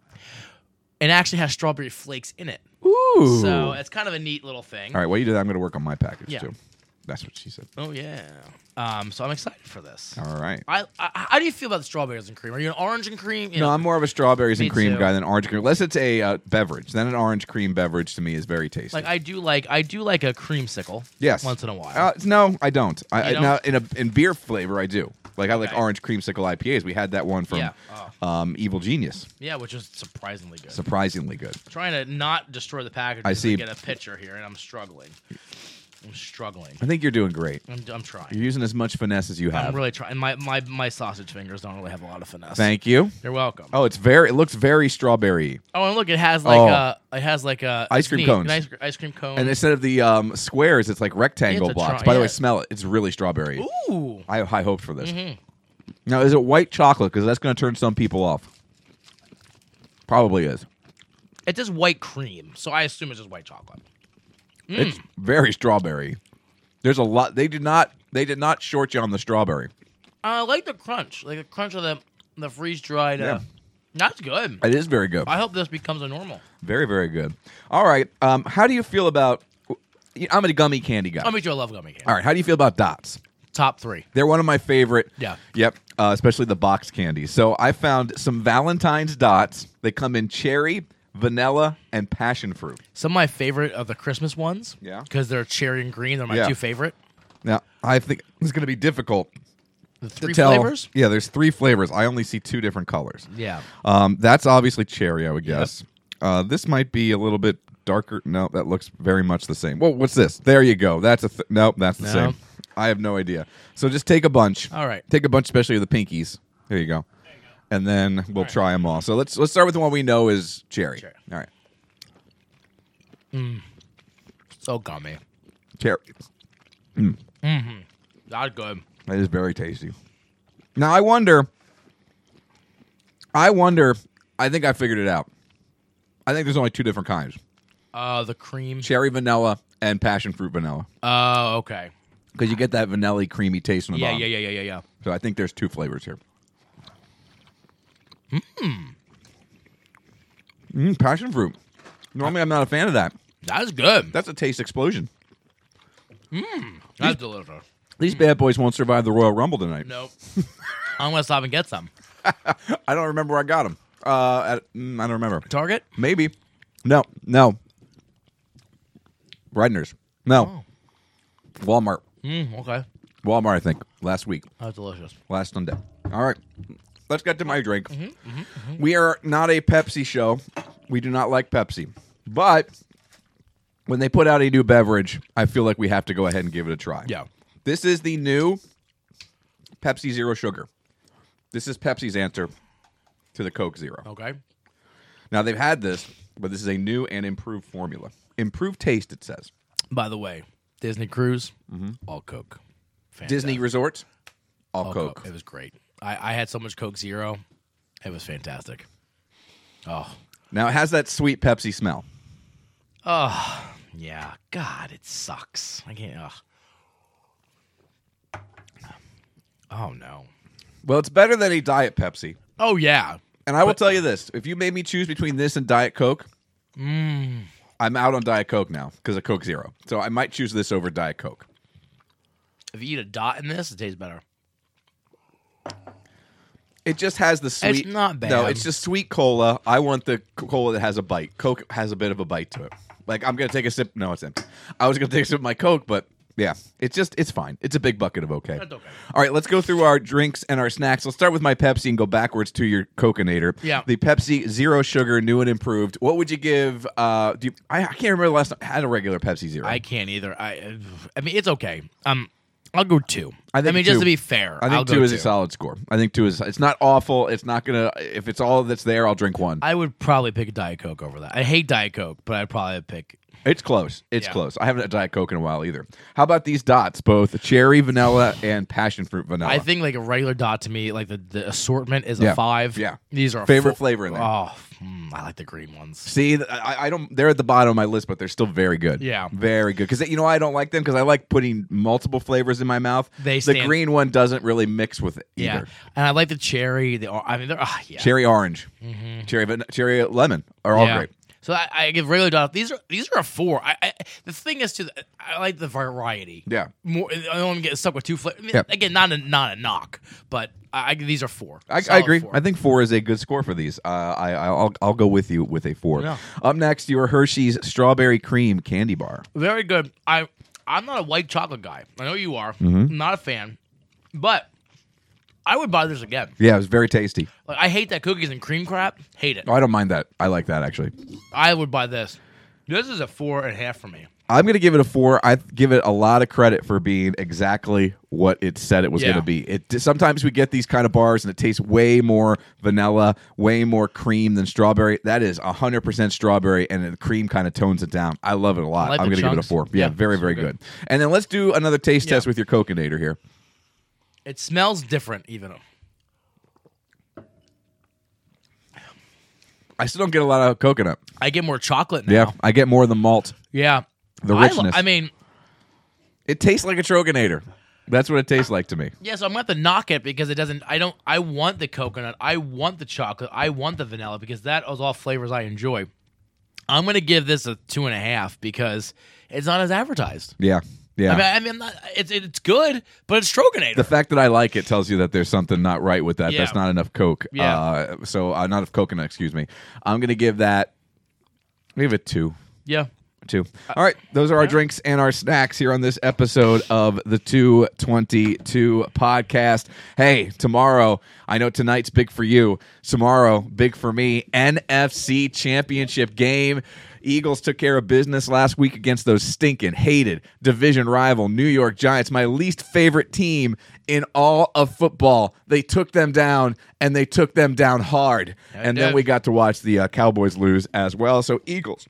[SPEAKER 2] and actually has strawberry flakes in it.
[SPEAKER 1] Ooh.
[SPEAKER 2] So it's kind of a neat little thing.
[SPEAKER 1] All right. While you do that, I'm going to work on my package
[SPEAKER 2] Yeah.
[SPEAKER 1] too. That's what she said.
[SPEAKER 2] Oh yeah. Um. So I'm excited for this.
[SPEAKER 1] All right.
[SPEAKER 2] I, I how do you feel about the strawberries and cream? Are you an orange and cream? You
[SPEAKER 1] No,
[SPEAKER 2] know-
[SPEAKER 1] I'm more of a strawberries and
[SPEAKER 2] Me
[SPEAKER 1] cream
[SPEAKER 2] too.
[SPEAKER 1] guy than orange cream. Unless it's a uh, beverage, then an orange cream beverage to me is very tasty.
[SPEAKER 2] Like I do like I do like a creamsicle.
[SPEAKER 1] Yes.
[SPEAKER 2] Once in a while.
[SPEAKER 1] Uh, no, I don't. I, I
[SPEAKER 2] You don't?
[SPEAKER 1] now in a in beer flavor, I do. Like I like
[SPEAKER 2] Okay.
[SPEAKER 1] orange creamsicle IPAs. We had that one from
[SPEAKER 2] Yeah.
[SPEAKER 1] um, Evil Genius.
[SPEAKER 2] yeah, which is surprisingly good.
[SPEAKER 1] Surprisingly good.
[SPEAKER 2] Trying to not destroy the package.
[SPEAKER 1] I see.
[SPEAKER 2] Get a picture here, and I'm struggling. I'm struggling.
[SPEAKER 1] I think you're doing great.
[SPEAKER 2] I'm, I'm
[SPEAKER 1] You're
[SPEAKER 2] trying.
[SPEAKER 1] using as much finesse as you have.
[SPEAKER 2] I'm really trying. My, my my sausage fingers don't really have a lot of finesse.
[SPEAKER 1] Thank you.
[SPEAKER 2] You're welcome. Oh,
[SPEAKER 1] Oh, it's very. It looks very strawberry.
[SPEAKER 2] and look, it has like
[SPEAKER 1] Oh.
[SPEAKER 2] a it has like a
[SPEAKER 1] Ice
[SPEAKER 2] it's
[SPEAKER 1] cream
[SPEAKER 2] neat,
[SPEAKER 1] cones.
[SPEAKER 2] an ice, cr- ice cream cone.
[SPEAKER 1] And instead of the um, squares, it's like rectangle
[SPEAKER 2] It's a
[SPEAKER 1] blocks.
[SPEAKER 2] tri-
[SPEAKER 1] By the way,
[SPEAKER 2] yeah.
[SPEAKER 1] smell it. It's really strawberry.
[SPEAKER 2] ooh, Mm-hmm.
[SPEAKER 1] I have high hopes for this. Now, is it white chocolate? Because that's going to turn some people off. Probably is.
[SPEAKER 2] it's just white cream, so I assume it's just white chocolate.
[SPEAKER 1] It's
[SPEAKER 2] Hmm.
[SPEAKER 1] very strawberry. There's a lot. They did not. They did not short you on the strawberry.
[SPEAKER 2] I like the crunch, like the crunch of the the freeze dried. Uh,
[SPEAKER 1] Yeah.
[SPEAKER 2] that's good.
[SPEAKER 1] It is very good.
[SPEAKER 2] I hope this becomes a normal.
[SPEAKER 1] Very very good. All right. Um, how do you feel about? I'm a gummy candy guy.
[SPEAKER 2] I'll meet you. I love gummy candy.
[SPEAKER 1] All right. How do you feel about dots?
[SPEAKER 2] Top three.
[SPEAKER 1] They're one of my favorite.
[SPEAKER 2] Yeah.
[SPEAKER 1] Yep. Uh, especially the box candies. So I found some Valentine's dots. They come in cherry, vanilla, and passion fruit.
[SPEAKER 2] Some of my favorite of the Christmas ones.
[SPEAKER 1] Yeah.
[SPEAKER 2] Because they're cherry and green. They're my
[SPEAKER 1] Yeah.
[SPEAKER 2] two favorite.
[SPEAKER 1] Now I think it's going to be difficult
[SPEAKER 2] The
[SPEAKER 1] to
[SPEAKER 2] three
[SPEAKER 1] tell.
[SPEAKER 2] flavors.
[SPEAKER 1] Yeah. There's three flavors. I only see two different colors.
[SPEAKER 2] Yeah.
[SPEAKER 1] Um, that's obviously cherry, I would guess. Uh, this might be a little bit darker. No, that looks very much the same. Well, what's this? There you go. That's a th- nope. That's the
[SPEAKER 2] No.
[SPEAKER 1] same. I have no idea. So just take a bunch.
[SPEAKER 2] All right.
[SPEAKER 1] Take a bunch, especially of the pinkies. There you go. And then we'll try them all. So let's let's start with the one we know is cherry.
[SPEAKER 2] Cherry.
[SPEAKER 1] All right,
[SPEAKER 2] So gummy.
[SPEAKER 1] cherry.
[SPEAKER 2] Not good.
[SPEAKER 1] That is very tasty. Now I wonder. I wonder. I think I figured it out. I think there's only two different kinds:
[SPEAKER 2] Uh, the cream.
[SPEAKER 1] cherry vanilla and passion fruit vanilla
[SPEAKER 2] Oh, okay.
[SPEAKER 1] because you get that vanilla creamy taste in the
[SPEAKER 2] Yeah,
[SPEAKER 1] bottom.
[SPEAKER 2] yeah, yeah, yeah, yeah, yeah.
[SPEAKER 1] So I think there's two flavors here. Mm. passion fruit. Normally, I'm not a fan of that.
[SPEAKER 2] That's good.
[SPEAKER 1] That's a taste explosion.
[SPEAKER 2] That's delicious.
[SPEAKER 1] These bad boys won't survive the Royal Rumble tonight.
[SPEAKER 2] Nope. I'm gonna stop and get some.
[SPEAKER 1] I don't remember where I got them. Uh, at, mm, I don't remember.
[SPEAKER 2] Target.
[SPEAKER 1] Maybe. No. No. Redner's. No. Walmart.
[SPEAKER 2] Mm, okay.
[SPEAKER 1] Walmart. I think last week.
[SPEAKER 2] That's delicious.
[SPEAKER 1] last Sunday. All right, let's get to my drink. We are not a Pepsi show. We do not like Pepsi, but when they put out a new beverage, I feel like we have to go ahead and give it a try.
[SPEAKER 2] Yeah.
[SPEAKER 1] this is the new Pepsi Zero Sugar. This is Pepsi's answer to the Coke Zero.
[SPEAKER 2] Okay.
[SPEAKER 1] Now they've had this, but this is a new and improved formula. Improved taste, it says.
[SPEAKER 2] By the way, Disney cruise, all Coke.
[SPEAKER 1] Mm-hmm. Disney Resorts, uh, all,
[SPEAKER 2] all
[SPEAKER 1] Coke.
[SPEAKER 2] Oh, It was great. I, I had so much Coke Zero. It was fantastic. Oh,
[SPEAKER 1] Now it has that sweet Pepsi smell.
[SPEAKER 2] yeah. God, it sucks. I can't. Ugh. Oh no.
[SPEAKER 1] Well, it's better than a Diet Pepsi.
[SPEAKER 2] Oh yeah.
[SPEAKER 1] And I will tell you this: if you made me choose between this and Diet Coke, I'm out on Diet Coke now because of Coke Zero. So I might choose this over Diet Coke.
[SPEAKER 2] If you eat a dot in this, it tastes better.
[SPEAKER 1] It just has the sweet.
[SPEAKER 2] not bad.
[SPEAKER 1] No, it's just sweet cola. I want the c- cola that has a bite. Coke has a bit of a bite to it. Like I'm gonna take a sip. No, it's empty. I was gonna take a sip of my Coke, but yeah, it's just it's fine. It's a big bucket of okay.
[SPEAKER 2] That's okay.
[SPEAKER 1] All right, let's go through our drinks and our snacks. Let's start with my Pepsi and go backwards to your Coconator.
[SPEAKER 2] Yeah.
[SPEAKER 1] the Pepsi Zero Sugar, new and improved. What would you give? Uh, do you, I, I can't remember the last time I had a regular Pepsi Zero.
[SPEAKER 2] I can't either. I. I mean, it's okay. Um, I'll go two.
[SPEAKER 1] I think
[SPEAKER 2] mean, just
[SPEAKER 1] two-
[SPEAKER 2] to be fair,
[SPEAKER 1] I think
[SPEAKER 2] I'll
[SPEAKER 1] two
[SPEAKER 2] go
[SPEAKER 1] is a solid score. I think two is it's not awful. It's not gonna if it's all that's there, I'll drink one.
[SPEAKER 2] I would probably pick a Diet Coke over that. I hate Diet Coke, but I'd probably pick.
[SPEAKER 1] It's close. It's
[SPEAKER 2] Yeah.
[SPEAKER 1] close. I haven't had Diet Coke in a while either. How about these dots? Both cherry vanilla and passion fruit vanilla.
[SPEAKER 2] I think like a regular dot to me, like the, the assortment is a
[SPEAKER 1] Yeah.
[SPEAKER 2] five.
[SPEAKER 1] Yeah.
[SPEAKER 2] these are a
[SPEAKER 1] Favorite
[SPEAKER 2] four-
[SPEAKER 1] flavor in there.
[SPEAKER 2] Oh, mm, I like the green ones.
[SPEAKER 1] See, th- I, I don't. They're at the bottom of my list, but they're still very good.
[SPEAKER 2] Yeah.
[SPEAKER 1] very good. Because you know why I don't like them because I like putting multiple flavors in my mouth.
[SPEAKER 2] They
[SPEAKER 1] the
[SPEAKER 2] stand-
[SPEAKER 1] green one doesn't really mix with
[SPEAKER 2] Yeah,
[SPEAKER 1] either.
[SPEAKER 2] and I like the cherry. The or- I mean, they're ah, yeah,
[SPEAKER 1] Cherry orange, cherry van- cherry lemon are all
[SPEAKER 2] Mm-hmm. Yeah.
[SPEAKER 1] great.
[SPEAKER 2] So I, I give regular dot. These are these are a four. I, I the thing is too. I like the variety.
[SPEAKER 1] Yeah.
[SPEAKER 2] more. I don't want to get stuck with two flavors. I mean,
[SPEAKER 1] Yeah.
[SPEAKER 2] Again, not a not a knock, but I, I these are four.
[SPEAKER 1] I, I
[SPEAKER 2] Solid
[SPEAKER 1] agree.
[SPEAKER 2] four.
[SPEAKER 1] I think four is a good score for these. Uh, I I'll I'll go with you with a four.
[SPEAKER 2] Yeah.
[SPEAKER 1] Up next, your Hershey's strawberry cream candy bar.
[SPEAKER 2] Very good. I I'm not a white chocolate guy. I know you are.
[SPEAKER 1] Mm-hmm.
[SPEAKER 2] Not a fan. But I would buy this again.
[SPEAKER 1] Yeah, it was very tasty.
[SPEAKER 2] Like I hate that cookies and cream crap. Hate it.
[SPEAKER 1] Oh, I don't mind that. I like that actually.
[SPEAKER 2] I would buy this. This is a four and a half for me.
[SPEAKER 1] I'm going to give it a four. I give it a lot of credit for being exactly what it said it was
[SPEAKER 2] Yeah.
[SPEAKER 1] going to be. It sometimes we get these kind of bars and it tastes way more vanilla, way more cream than strawberry. That is 100% strawberberry, and the cream kind of tones it down. I love it a lot.
[SPEAKER 2] like
[SPEAKER 1] I'm
[SPEAKER 2] the
[SPEAKER 1] going to give it a
[SPEAKER 2] chunks.
[SPEAKER 1] four. Yeah,
[SPEAKER 2] Yeah,
[SPEAKER 1] very
[SPEAKER 2] it's
[SPEAKER 1] very good.
[SPEAKER 2] good.
[SPEAKER 1] And then let's do another taste
[SPEAKER 2] Yeah.
[SPEAKER 1] test with your Coconator here.
[SPEAKER 2] It smells different even.
[SPEAKER 1] I still don't get a lot of coconut.
[SPEAKER 2] I get more chocolate
[SPEAKER 1] Yeah,
[SPEAKER 2] now.
[SPEAKER 1] I get more of the malt.
[SPEAKER 2] Yeah.
[SPEAKER 1] The
[SPEAKER 2] I lo-
[SPEAKER 1] richness.
[SPEAKER 2] I, mean,
[SPEAKER 1] It tastes like a Troganator. That's what it tastes like to me.
[SPEAKER 2] yeah, so I'm going to have to knock it because it doesn't I don't I want the coconut. I want the chocolate. I want the vanilla because that is all flavors I enjoy. I'm gonna give this a two and a half because it's not as advertised.
[SPEAKER 1] Yeah. Yeah.
[SPEAKER 2] I mean, I mean, I'm not, it's it's good, but it's stroganator.
[SPEAKER 1] the fact that I like it tells you that there's something not right with that.
[SPEAKER 2] Yeah.
[SPEAKER 1] That's not enough Coke.
[SPEAKER 2] Yeah.
[SPEAKER 1] Uh, so uh, not enough coconut. Excuse me. I'm gonna give that. Give it two.
[SPEAKER 2] yeah,
[SPEAKER 1] Two. All right, those are our drinks and our snacks here on this episode of the 222 podcast. Hey, tomorrow, I know tonight's big for you. Tomorrow, big for me. NFC championship game. Eagles took care of business last week against those stinking, hated division rival New York Giants, my least favorite team in all of football. They took them down and they took them down hard. and then
[SPEAKER 2] did.
[SPEAKER 1] we got to watch the uh, Cowboys lose as well. So, Eagles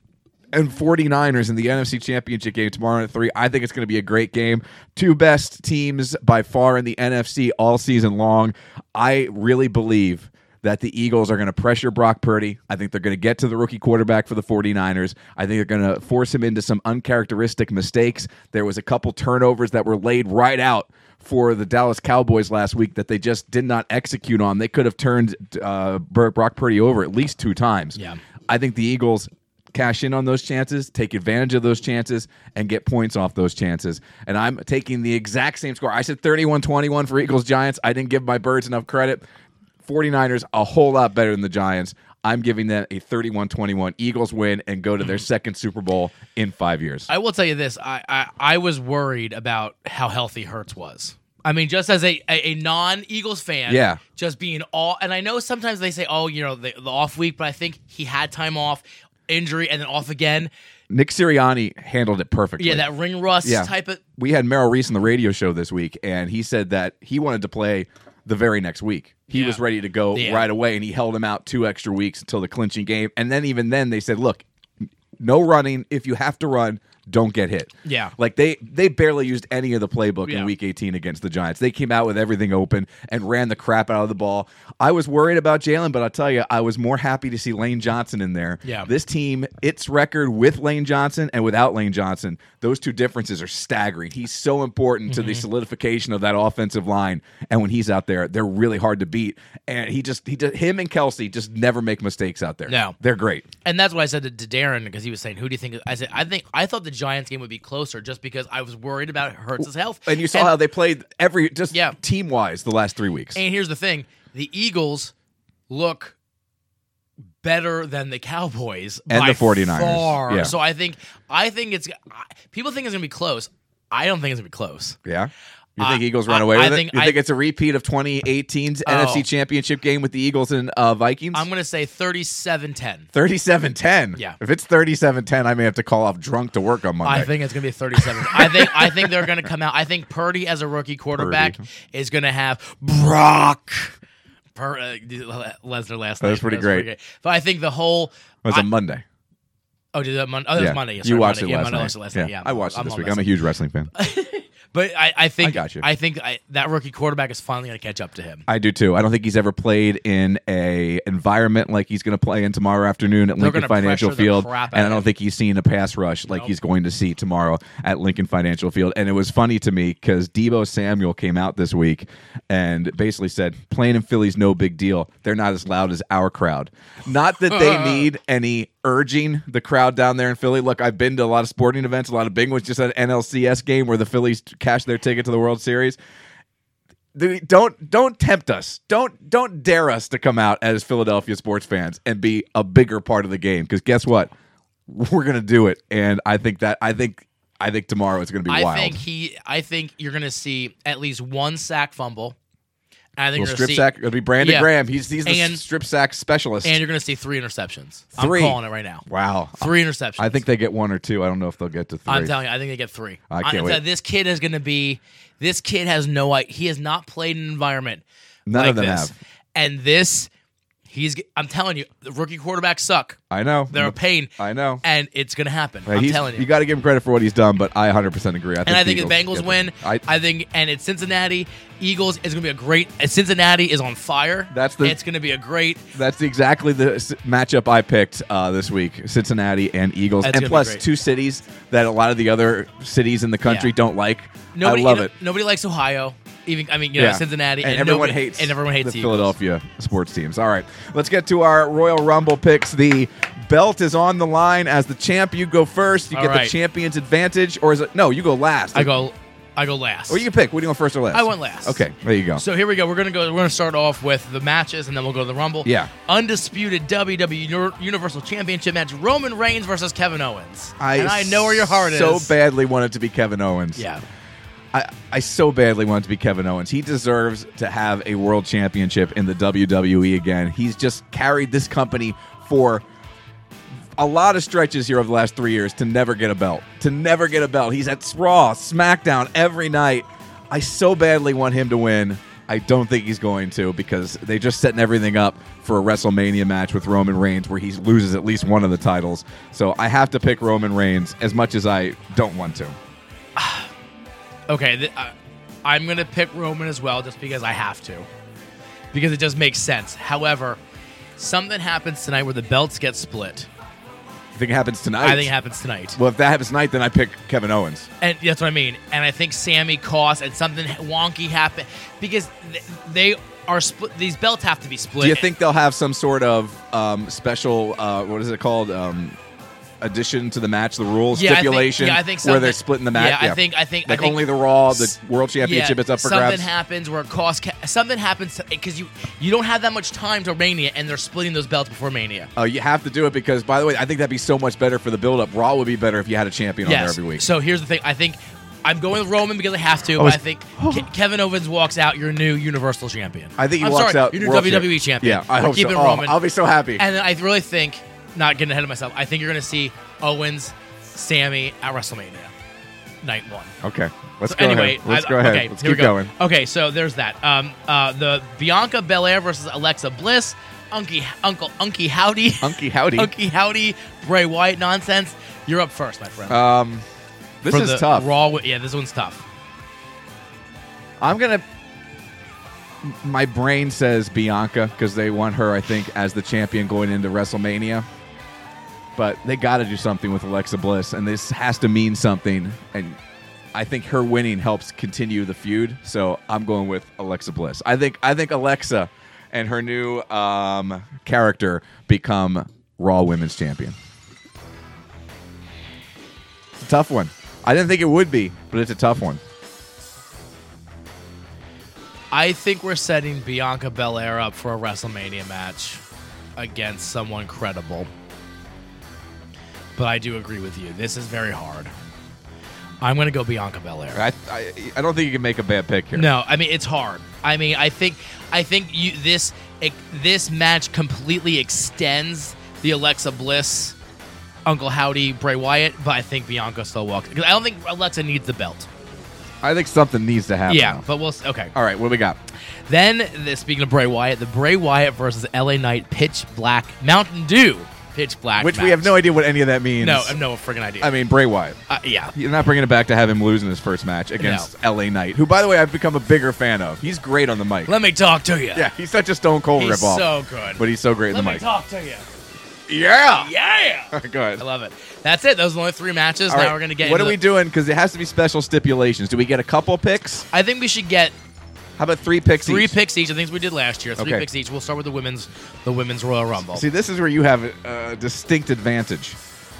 [SPEAKER 1] and 49ers in the NFC Championship game tomorrow at 3. I think it's going to be a great game. Two best teams by far in the NFC all season long. I really believe that the Eagles are going to pressure Brock Purdy. I think they're going to get to the rookie quarterback for the 49ers. I think they're going to force him into some uncharacteristic mistakes. There was a couple turnovers that were laid right out for the Dallas Cowboys last week that they just did not execute on. They could have turned uh, Bur- Brock Purdy over at least two times.
[SPEAKER 2] Yeah.
[SPEAKER 1] I think the Eagles cash in on those chances, take advantage of those chances, and get points off those chances. And I'm taking the exact same score. I said 31 21 for Eagles Giants. I didn't give my birds enough credit. 49ers, a whole lot better than the Giants. I'm giving them a 31 21 Eagles win and go to
[SPEAKER 2] Mm-hmm.
[SPEAKER 1] their second Super Bowl in five years.
[SPEAKER 2] I will tell you this: I, I I was worried about how healthy Hertz was. I mean, just as a, a, a non Eagles fan,
[SPEAKER 1] Yeah.
[SPEAKER 2] just being all. And I know sometimes they say, "Oh, you know, the, the off week," but I think he had time off, injury, and then off again.
[SPEAKER 1] Nick Sirianni handled it perfectly.
[SPEAKER 2] Yeah, that ring rust
[SPEAKER 1] Yeah.
[SPEAKER 2] type of.
[SPEAKER 1] we had Merrill Reese on the radio show this week, and he said that he wanted to play the very next week. He
[SPEAKER 2] Yeah.
[SPEAKER 1] was ready to go
[SPEAKER 2] Yeah.
[SPEAKER 1] right away, and he held him out two extra weeks until the clinching game. And then even then, they said, "Look, no running. If you have to run, don't get hit."
[SPEAKER 2] Yeah.
[SPEAKER 1] like they they barely used any of the playbook in
[SPEAKER 2] Yeah.
[SPEAKER 1] Week 18 against the Giants. They came out with everything open and ran the crap out of the ball. I was worried about Jalen, but I'll tell you, I was more happy to see Lane Johnson in there.
[SPEAKER 2] Yeah.
[SPEAKER 1] This team, its record with Lane Johnson and without Lane Johnson, those two differences are staggering. He's so important to the
[SPEAKER 2] Mm-hmm.
[SPEAKER 1] solidification of that offensive line. And when he's out there, they're really hard to beat. And he just, he just him and Kelsey just never make mistakes out there.
[SPEAKER 2] No.
[SPEAKER 1] They're great.
[SPEAKER 2] And that's what I said to, to Darren because he was saying, "Who do you think?" I said, "I think I thought the Giants game would be closer just because I was worried about Hertz's health."
[SPEAKER 1] And you saw how they played every, just
[SPEAKER 2] Yeah.
[SPEAKER 1] team wise, the last three weeks.
[SPEAKER 2] And here's the thing: the Eagles look better than the Cowboys
[SPEAKER 1] And
[SPEAKER 2] by
[SPEAKER 1] the 49ers.
[SPEAKER 2] far.
[SPEAKER 1] Yeah.
[SPEAKER 2] So I think I think it's I- people think it's gonna be close. I don't think it's gonna be close.
[SPEAKER 1] Yeah. You
[SPEAKER 2] I-
[SPEAKER 1] think Eagles run
[SPEAKER 2] I-
[SPEAKER 1] away
[SPEAKER 2] I
[SPEAKER 1] with
[SPEAKER 2] think
[SPEAKER 1] it? You
[SPEAKER 2] I- Oh.
[SPEAKER 1] think it's a repeat of 2018's NFC Championship game with the Eagles and uh, Vikings?
[SPEAKER 2] I'm gonna say 37-10.
[SPEAKER 1] 37-10.
[SPEAKER 2] Yeah.
[SPEAKER 1] If it's 37-10, I may have to call off drunk to work on Monday.
[SPEAKER 2] I think it's gonna be 37. I think I think they're gonna come out. I think Purdy as a rookie quarterback is gonna have Brock. Per, uh, Lesnar last night.
[SPEAKER 1] was pretty
[SPEAKER 2] That
[SPEAKER 1] great.
[SPEAKER 2] But I think the whole
[SPEAKER 1] it was a
[SPEAKER 2] I-
[SPEAKER 1] Monday.
[SPEAKER 2] Oh, did that Monday? Oh, that
[SPEAKER 1] yeah.
[SPEAKER 2] was Monday. Yeah,
[SPEAKER 1] you
[SPEAKER 2] sorry,
[SPEAKER 1] watched
[SPEAKER 2] Monday.
[SPEAKER 1] it
[SPEAKER 2] Yeah,
[SPEAKER 1] last
[SPEAKER 2] Monday,
[SPEAKER 1] night.
[SPEAKER 2] watched it last night. Yeah,
[SPEAKER 1] I watched it
[SPEAKER 2] I'm
[SPEAKER 1] this
[SPEAKER 2] on
[SPEAKER 1] week.
[SPEAKER 2] last
[SPEAKER 1] I'm a huge wrestling fan.
[SPEAKER 2] But I, I think I,
[SPEAKER 1] got you.
[SPEAKER 2] think I, that rookie quarterback is finally going to catch up to him.
[SPEAKER 1] I do too. I don't think he's ever played in a environment like he's going to play in tomorrow afternoon at Lincoln
[SPEAKER 2] gonna
[SPEAKER 1] Financial
[SPEAKER 2] pressure the
[SPEAKER 1] Field,
[SPEAKER 2] crap out
[SPEAKER 1] and I
[SPEAKER 2] of
[SPEAKER 1] don't
[SPEAKER 2] him.
[SPEAKER 1] think he's seen a pass rush like he's going to see tomorrow at Lincoln Financial Field. And it was funny to me because Debo Samuel came out this week and basically said, "Playing in Philly's no big deal. They're not as loud as our crowd. Not that they need any urging the crowd down there in Philly. Look, I've been to a lot of sporting events, a lot of big ones. Just at an NLCS game where the Phillies cashed their ticket to the World Series." The- don't don't tempt us. Don't don't dare us to come out as Philadelphia sports fans and be a bigger part of the game. Because guess what, we're gonna do it. And I think that I think I think tomorrow it's gonna be
[SPEAKER 2] I
[SPEAKER 1] wild.
[SPEAKER 2] think he. I think you're going to see at least one sack fumble. And I
[SPEAKER 1] Little
[SPEAKER 2] think you're gonna
[SPEAKER 1] strip
[SPEAKER 2] see,
[SPEAKER 1] sack. It'll be Brandon
[SPEAKER 2] Yeah.
[SPEAKER 1] Graham. He's he's the
[SPEAKER 2] And-
[SPEAKER 1] strip sack specialist.
[SPEAKER 2] and you're going to see three interceptions. i I'm
[SPEAKER 1] Three.
[SPEAKER 2] calling it right now.
[SPEAKER 1] wow,
[SPEAKER 2] Three interceptions.
[SPEAKER 1] I think they get one or two. I don't know if they'll get to 3
[SPEAKER 2] I'm telling you, I think they get three.
[SPEAKER 1] I can't
[SPEAKER 2] I'm
[SPEAKER 1] wait.
[SPEAKER 2] telling you, This kid is going to be. This kid has no. i- He has not played in an environment.
[SPEAKER 1] None
[SPEAKER 2] like
[SPEAKER 1] of them
[SPEAKER 2] this.
[SPEAKER 1] have.
[SPEAKER 2] And this, he's. I'm telling you, the rookie quarterbacks suck.
[SPEAKER 1] I know
[SPEAKER 2] They're a pain.
[SPEAKER 1] Mm. I know.
[SPEAKER 2] And it's going to happen.
[SPEAKER 1] Hey,
[SPEAKER 2] I'm
[SPEAKER 1] he's-
[SPEAKER 2] telling you.
[SPEAKER 1] you got to give him credit for what he's done, but I 100 percent agree. I think
[SPEAKER 2] and I think
[SPEAKER 1] the
[SPEAKER 2] if
[SPEAKER 1] Eagles
[SPEAKER 2] Bengals
[SPEAKER 1] get
[SPEAKER 2] win,
[SPEAKER 1] them.
[SPEAKER 2] I, think, and it's Cincinnati Eagles is going to be a great. uh, Cincinnati is on fire.
[SPEAKER 1] That's the-
[SPEAKER 2] It's going to be a great.
[SPEAKER 1] That's exactly the s- matchup I picked uh, this week: Cincinnati and Eagles,
[SPEAKER 2] That's
[SPEAKER 1] and
[SPEAKER 2] gonna be
[SPEAKER 1] plus
[SPEAKER 2] great.
[SPEAKER 1] two cities that a lot of the other cities in the country
[SPEAKER 2] Yeah.
[SPEAKER 1] don't like.
[SPEAKER 2] Nobody,
[SPEAKER 1] I love
[SPEAKER 2] you know,
[SPEAKER 1] it.
[SPEAKER 2] Nobody likes Ohio. Even I mean, you know, Cincinnati,
[SPEAKER 1] and, everyone
[SPEAKER 2] nobody-
[SPEAKER 1] hates
[SPEAKER 2] and everyone hates
[SPEAKER 1] the
[SPEAKER 2] Eagles.
[SPEAKER 1] Philadelphia sports teams. All right, let's get to our Royal Rumble picks. The belt is on the line. As the champ, you go first. You
[SPEAKER 2] All
[SPEAKER 1] get the
[SPEAKER 2] right.
[SPEAKER 1] champion's advantage, or is it no? You go last.
[SPEAKER 2] I go, I go last.
[SPEAKER 1] Or you can pick. What do you want first or last?
[SPEAKER 2] I went last.
[SPEAKER 1] Okay, there you go.
[SPEAKER 2] So here we go. We're gonna go. We're gonna start off with the matches, and then we'll go to the Rumble.
[SPEAKER 1] Yeah.
[SPEAKER 2] Undisputed WWE Uni- Universal Championship match: Roman Reigns versus Kevin Owens. and I know where your heart
[SPEAKER 1] so
[SPEAKER 2] is.
[SPEAKER 1] So badly wanted to be Kevin Owens.
[SPEAKER 2] Yeah.
[SPEAKER 1] I, I so badly want it to be Kevin Owens. He deserves to have a world championship in the WWE again. He's just carried this company for a lot of stretches here over the last three years to never get a belt. To never get a belt. He's at Raw, SmackDown every night. I so badly want him to win. I don't think he's going to because they're just setting everything up for a WrestleMania match with Roman Reigns where he loses at least one of the titles. So I have to pick Roman Reigns as much as I don't want to.
[SPEAKER 2] uh, Okay, th- I I'm gonna pick Roman as well, just because I have to. because it just makes sense. However, something happens tonight where the belts get split.
[SPEAKER 1] I think it happens tonight.
[SPEAKER 2] I think it happens tonight.
[SPEAKER 1] Well, if that happens tonight, then I pick Kevin Owens.
[SPEAKER 2] And that's what I mean. And I think Sammy cost and something wonky happened because th- they are split. These belts have to be split.
[SPEAKER 1] Do you think they'll have some sort of um, special? Uh, what is it called? Um, addition to the match, the rules
[SPEAKER 2] Yeah, I think-
[SPEAKER 1] stipulation,
[SPEAKER 2] yeah, I think
[SPEAKER 1] where
[SPEAKER 2] something-
[SPEAKER 1] they're splitting the match.
[SPEAKER 2] yeah, I think- I think- I
[SPEAKER 1] like
[SPEAKER 2] think-
[SPEAKER 1] only the Raw, the World Championship
[SPEAKER 2] Yeah,
[SPEAKER 1] is up for
[SPEAKER 2] something
[SPEAKER 1] grabs.
[SPEAKER 2] happens where it costs. Ca- something happens because you you don't have that much time to Mania, and they're splitting those belts before Mania.
[SPEAKER 1] Uh, you have to do it because, by the way, I think that'd be so much better for the build-up. Raw would be better if you had a champion on there every week.
[SPEAKER 2] So here's the thing. I think I'm going with Roman because I have to. but I think Ke- Kevin Owens walks out your new Universal Champion.
[SPEAKER 1] I think he
[SPEAKER 2] I'm
[SPEAKER 1] walks
[SPEAKER 2] sorry,
[SPEAKER 1] out
[SPEAKER 2] Your new
[SPEAKER 1] world
[SPEAKER 2] WWE
[SPEAKER 1] champ-
[SPEAKER 2] E Champion.
[SPEAKER 1] Yeah, I
[SPEAKER 2] We're
[SPEAKER 1] hope so.
[SPEAKER 2] keeping
[SPEAKER 1] Oh,
[SPEAKER 2] Roman.
[SPEAKER 1] I'll be so happy.
[SPEAKER 2] and then I really think, not getting ahead of myself, I think you're going to see Owens, Sammy at WrestleMania, night one.
[SPEAKER 1] okay, let's
[SPEAKER 2] So
[SPEAKER 1] go
[SPEAKER 2] anyway,
[SPEAKER 1] ahead. Let's
[SPEAKER 2] I-
[SPEAKER 1] go ahead.
[SPEAKER 2] Okay,
[SPEAKER 1] let's
[SPEAKER 2] here
[SPEAKER 1] keep
[SPEAKER 2] we go.
[SPEAKER 1] going.
[SPEAKER 2] Okay, so there's that. Um, uh, the Bianca Belair versus Alexa Bliss, Unky, Uncle Unky Howdy,
[SPEAKER 1] Unky howdy.
[SPEAKER 2] Unky Howdy, Bray Wyatt nonsense. You're up first, my friend.
[SPEAKER 1] Um, this
[SPEAKER 2] For
[SPEAKER 1] is
[SPEAKER 2] the
[SPEAKER 1] tough.
[SPEAKER 2] Raw, wi- yeah, this one's tough.
[SPEAKER 1] I'm gonna. My brain says Bianca because they want her, I think, as the champion going into WrestleMania. But they got to do something with Alexa Bliss, and this has to mean something. And I think her winning helps continue the feud. So I'm going with Alexa Bliss. I think I think Alexa and her new um, character become Raw Women's Champion. It's a tough one. I didn't think it would be, but it's a tough one.
[SPEAKER 2] I think we're setting Bianca Belair up for a WrestleMania match against someone credible. But I do agree with you. This is very hard. I'm going to go Bianca Belair.
[SPEAKER 1] I, I, I don't think you can make a bad pick here.
[SPEAKER 2] No, I mean it's hard. I mean, I think I think you this it, this match completely extends the Alexa Bliss, Uncle Howdy, Bray Wyatt, but I think Bianca still walks. 'cause I don't think Alexa needs the belt.
[SPEAKER 1] I think something needs to happen.
[SPEAKER 2] Yeah,
[SPEAKER 1] though.
[SPEAKER 2] but we'll s- okay.
[SPEAKER 1] All right, what do we got?
[SPEAKER 2] Then, the, speaking of Bray Wyatt, the Bray Wyatt versus LA Knight pitch black Mountain Dew pitch black,
[SPEAKER 1] Which
[SPEAKER 2] match.
[SPEAKER 1] we have no idea what any of that means.
[SPEAKER 2] No, I have no friggin' idea.
[SPEAKER 1] I mean Bray Wyatt.
[SPEAKER 2] uh, yeah,
[SPEAKER 1] You're not bringing it back to have him lose in his first match against LA Knight, who, by the way, I've become a bigger fan of. He's great on the mic.
[SPEAKER 2] let me talk to you.
[SPEAKER 1] yeah, he's such a Stone Cold
[SPEAKER 2] he's
[SPEAKER 1] ripoff,
[SPEAKER 2] so good.
[SPEAKER 1] but he's so great
[SPEAKER 2] let
[SPEAKER 1] in the
[SPEAKER 2] me
[SPEAKER 1] mic.
[SPEAKER 2] talk to you.
[SPEAKER 1] Yeah,
[SPEAKER 2] Yeah.
[SPEAKER 1] go ahead.
[SPEAKER 2] I love it. That's it. Those are the only three matches.
[SPEAKER 1] All
[SPEAKER 2] now
[SPEAKER 1] right,
[SPEAKER 2] we're gonna get.
[SPEAKER 1] What
[SPEAKER 2] into
[SPEAKER 1] are we
[SPEAKER 2] the-
[SPEAKER 1] doing? Because it has to be special stipulations. Do we get a couple picks?
[SPEAKER 2] I think we should get
[SPEAKER 1] How about three picks?
[SPEAKER 2] three
[SPEAKER 1] each?
[SPEAKER 2] picks each. I think we did last year. Three
[SPEAKER 1] Okay.
[SPEAKER 2] picks each. We'll start with the women's, the women's Royal Rumble.
[SPEAKER 1] See, this is where you have a distinct advantage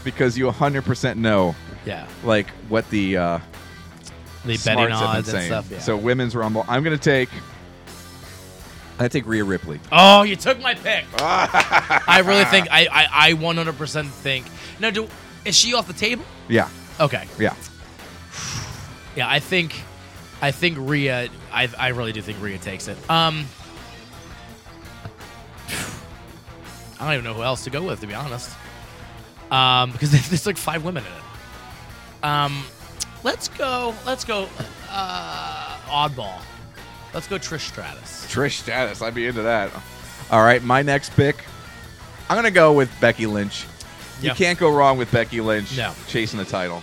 [SPEAKER 1] because you 100% know
[SPEAKER 2] yeah,
[SPEAKER 1] like what the uh,
[SPEAKER 2] the betting
[SPEAKER 1] smarts have been
[SPEAKER 2] odds and
[SPEAKER 1] saying.
[SPEAKER 2] stuff. Yeah.
[SPEAKER 1] So women's rumble. I'm gonna take. I take Rhea Ripley.
[SPEAKER 2] oh, you took my pick. I really think I, I, I 100% think. No, do is she off the table?
[SPEAKER 1] Yeah,
[SPEAKER 2] Okay.
[SPEAKER 1] yeah.
[SPEAKER 2] Yeah, I think, I think Rhea. I, I really do think Rhea takes it. Um, I don't even know who else to go with to be honest. Um, because there's like five women in it. Um, let's go. Let's go. Uh, oddball. Let's go Trish Stratus.
[SPEAKER 1] Trish Stratus. I'd be into that. All right, my next pick. I'm gonna go with Becky Lynch.
[SPEAKER 2] Yeah.
[SPEAKER 1] You can't go wrong with Becky Lynch
[SPEAKER 2] No.
[SPEAKER 1] chasing the title.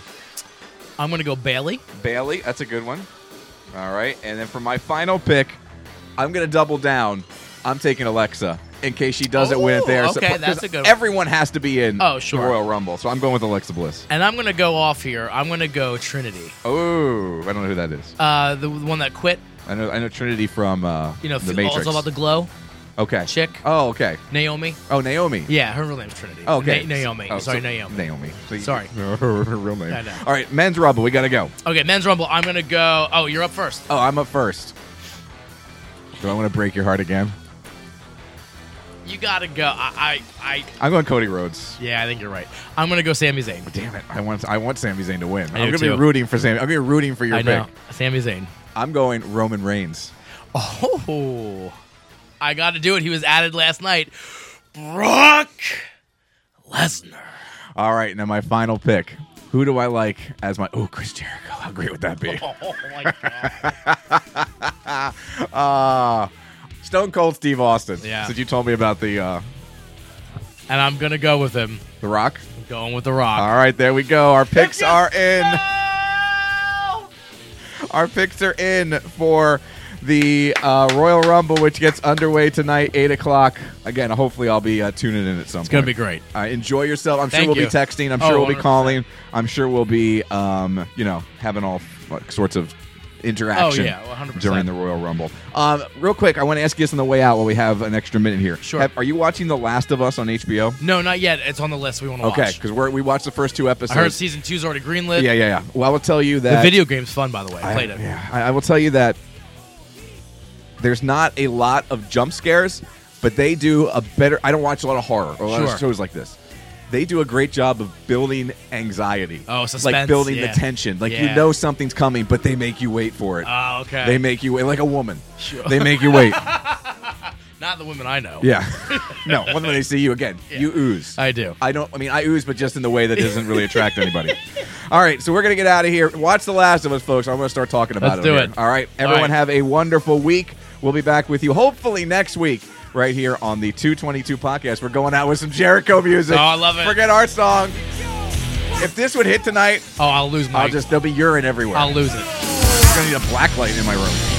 [SPEAKER 2] I'm gonna go Bailey.
[SPEAKER 1] Bailey, that's a good one. All right, and then for my final pick, I'm gonna double down. I'm taking Alexa in case she doesn't win it
[SPEAKER 2] Oh,
[SPEAKER 1] there.
[SPEAKER 2] okay,
[SPEAKER 1] 'cause
[SPEAKER 2] that's a good one.
[SPEAKER 1] Everyone has to be in
[SPEAKER 2] Oh, sure.
[SPEAKER 1] the Royal Rumble, so I'm going with Alexa Bliss.
[SPEAKER 2] And I'm gonna go off here. I'm gonna go Trinity.
[SPEAKER 1] Oh, I don't know who that is.
[SPEAKER 2] Uh, the one that quit.
[SPEAKER 1] I know, I know Trinity from uh,
[SPEAKER 2] You know,
[SPEAKER 1] the
[SPEAKER 2] f-
[SPEAKER 1] Matrix.
[SPEAKER 2] also about the glow.
[SPEAKER 1] okay,
[SPEAKER 2] chick.
[SPEAKER 1] Oh, okay.
[SPEAKER 2] Naomi.
[SPEAKER 1] Oh, Naomi.
[SPEAKER 2] Yeah, her real name's Trinity.
[SPEAKER 1] Oh, okay.
[SPEAKER 2] Na- Naomi.
[SPEAKER 1] Oh,
[SPEAKER 2] Sorry,
[SPEAKER 1] so-
[SPEAKER 2] Naomi.
[SPEAKER 1] Naomi. So you-
[SPEAKER 2] Sorry.
[SPEAKER 1] her real name.
[SPEAKER 2] I know.
[SPEAKER 1] All right, men's rumble. We gotta go.
[SPEAKER 2] Okay, men's rumble. I'm gonna go. Oh, you're up first.
[SPEAKER 1] Oh, I'm up first. Do I want to break your heart again?
[SPEAKER 2] You gotta go. I, I, I.
[SPEAKER 1] I'm going Cody Rhodes.
[SPEAKER 2] Yeah, I think you're right. I'm gonna go Sami Zayn.
[SPEAKER 1] Damn it! I want I want Sami Zayn to win.
[SPEAKER 2] I
[SPEAKER 1] I'm gonna
[SPEAKER 2] do too.
[SPEAKER 1] be rooting for Sami. I'm gonna be rooting for your
[SPEAKER 2] I know.
[SPEAKER 1] pick.
[SPEAKER 2] Sami Zayn.
[SPEAKER 1] I'm going Roman Reigns.
[SPEAKER 2] Oh, I gotta do it. He was added last night. Brock Lesnar.
[SPEAKER 1] All right, now my final pick. Who do I like as my? Oh, Chris Jericho. How great would that be?
[SPEAKER 2] Oh my god.
[SPEAKER 1] Uh, Stone Cold Steve Austin.
[SPEAKER 2] Yeah.
[SPEAKER 1] Since you told me about the uh,
[SPEAKER 2] and I'm gonna go with him.
[SPEAKER 1] the Rock.
[SPEAKER 2] I'm going with The Rock.
[SPEAKER 1] All right, there we go. Our picks are in. Our picks are in for the uh, Royal Rumble, which gets underway tonight, eight o'clock. Again, hopefully I'll be uh, tuning in at some. It's
[SPEAKER 2] gonna be great.
[SPEAKER 1] Uh, enjoy yourself. I'm sure
[SPEAKER 2] Thank
[SPEAKER 1] we'll
[SPEAKER 2] you.
[SPEAKER 1] be texting. I'm
[SPEAKER 2] Oh,
[SPEAKER 1] sure we'll be
[SPEAKER 2] 100%.
[SPEAKER 1] calling. I'm sure we'll be, um, you know, having all like, sorts of interaction
[SPEAKER 2] Oh, yeah, 100%.
[SPEAKER 1] during the Royal Rumble. Um, real quick, I want to ask you this on the way out while we have an extra minute here.
[SPEAKER 2] Sure.
[SPEAKER 1] Have- are you watching The Last of Us on HBO?
[SPEAKER 2] No, not yet. It's on the list. We want to
[SPEAKER 1] Okay,
[SPEAKER 2] watch.
[SPEAKER 1] because we watched the first two
[SPEAKER 2] I
[SPEAKER 1] episodes.
[SPEAKER 2] heard season two's already greenlit.
[SPEAKER 1] yeah, yeah, yeah. Well, I will tell you that
[SPEAKER 2] The video game's fun, by the way. I
[SPEAKER 1] I-
[SPEAKER 2] played it.
[SPEAKER 1] yeah, I, I will tell you that there's not a lot of jump scares, but they do a better. I don't watch a lot of horror or a lot
[SPEAKER 2] Sure.
[SPEAKER 1] of shows like this. They do a great job of building anxiety.
[SPEAKER 2] Oh,
[SPEAKER 1] Like
[SPEAKER 2] suspense,
[SPEAKER 1] building
[SPEAKER 2] yeah.
[SPEAKER 1] the tension. Like you
[SPEAKER 2] Yeah.
[SPEAKER 1] know something's coming, but they make you wait for it.
[SPEAKER 2] Oh, okay.
[SPEAKER 1] They make you wait, like a woman. They make you wait.
[SPEAKER 2] Not the women I know.
[SPEAKER 1] Yeah. no, when they see you again, you ooze.
[SPEAKER 2] I do.
[SPEAKER 1] I don't. I mean, I ooze, but just in the way that doesn't really attract anybody. All right, so we're gonna get out of here. Watch The Last of Us, folks. I'm gonna start talking about
[SPEAKER 2] Let's
[SPEAKER 1] it.
[SPEAKER 2] do
[SPEAKER 1] on
[SPEAKER 2] it.
[SPEAKER 1] here. All right,
[SPEAKER 2] All
[SPEAKER 1] everyone,
[SPEAKER 2] right.
[SPEAKER 1] have a wonderful week. We'll be back with you hopefully next week, right here on the 222 podcast. We're going out with some Jericho music.
[SPEAKER 2] Oh, I love it.
[SPEAKER 1] Forget our song. If this would hit tonight,
[SPEAKER 2] Oh, I'll lose my.
[SPEAKER 1] I'll just there'll be urine everywhere.
[SPEAKER 2] I'll lose it.
[SPEAKER 1] I'm gonna need a black light in my room.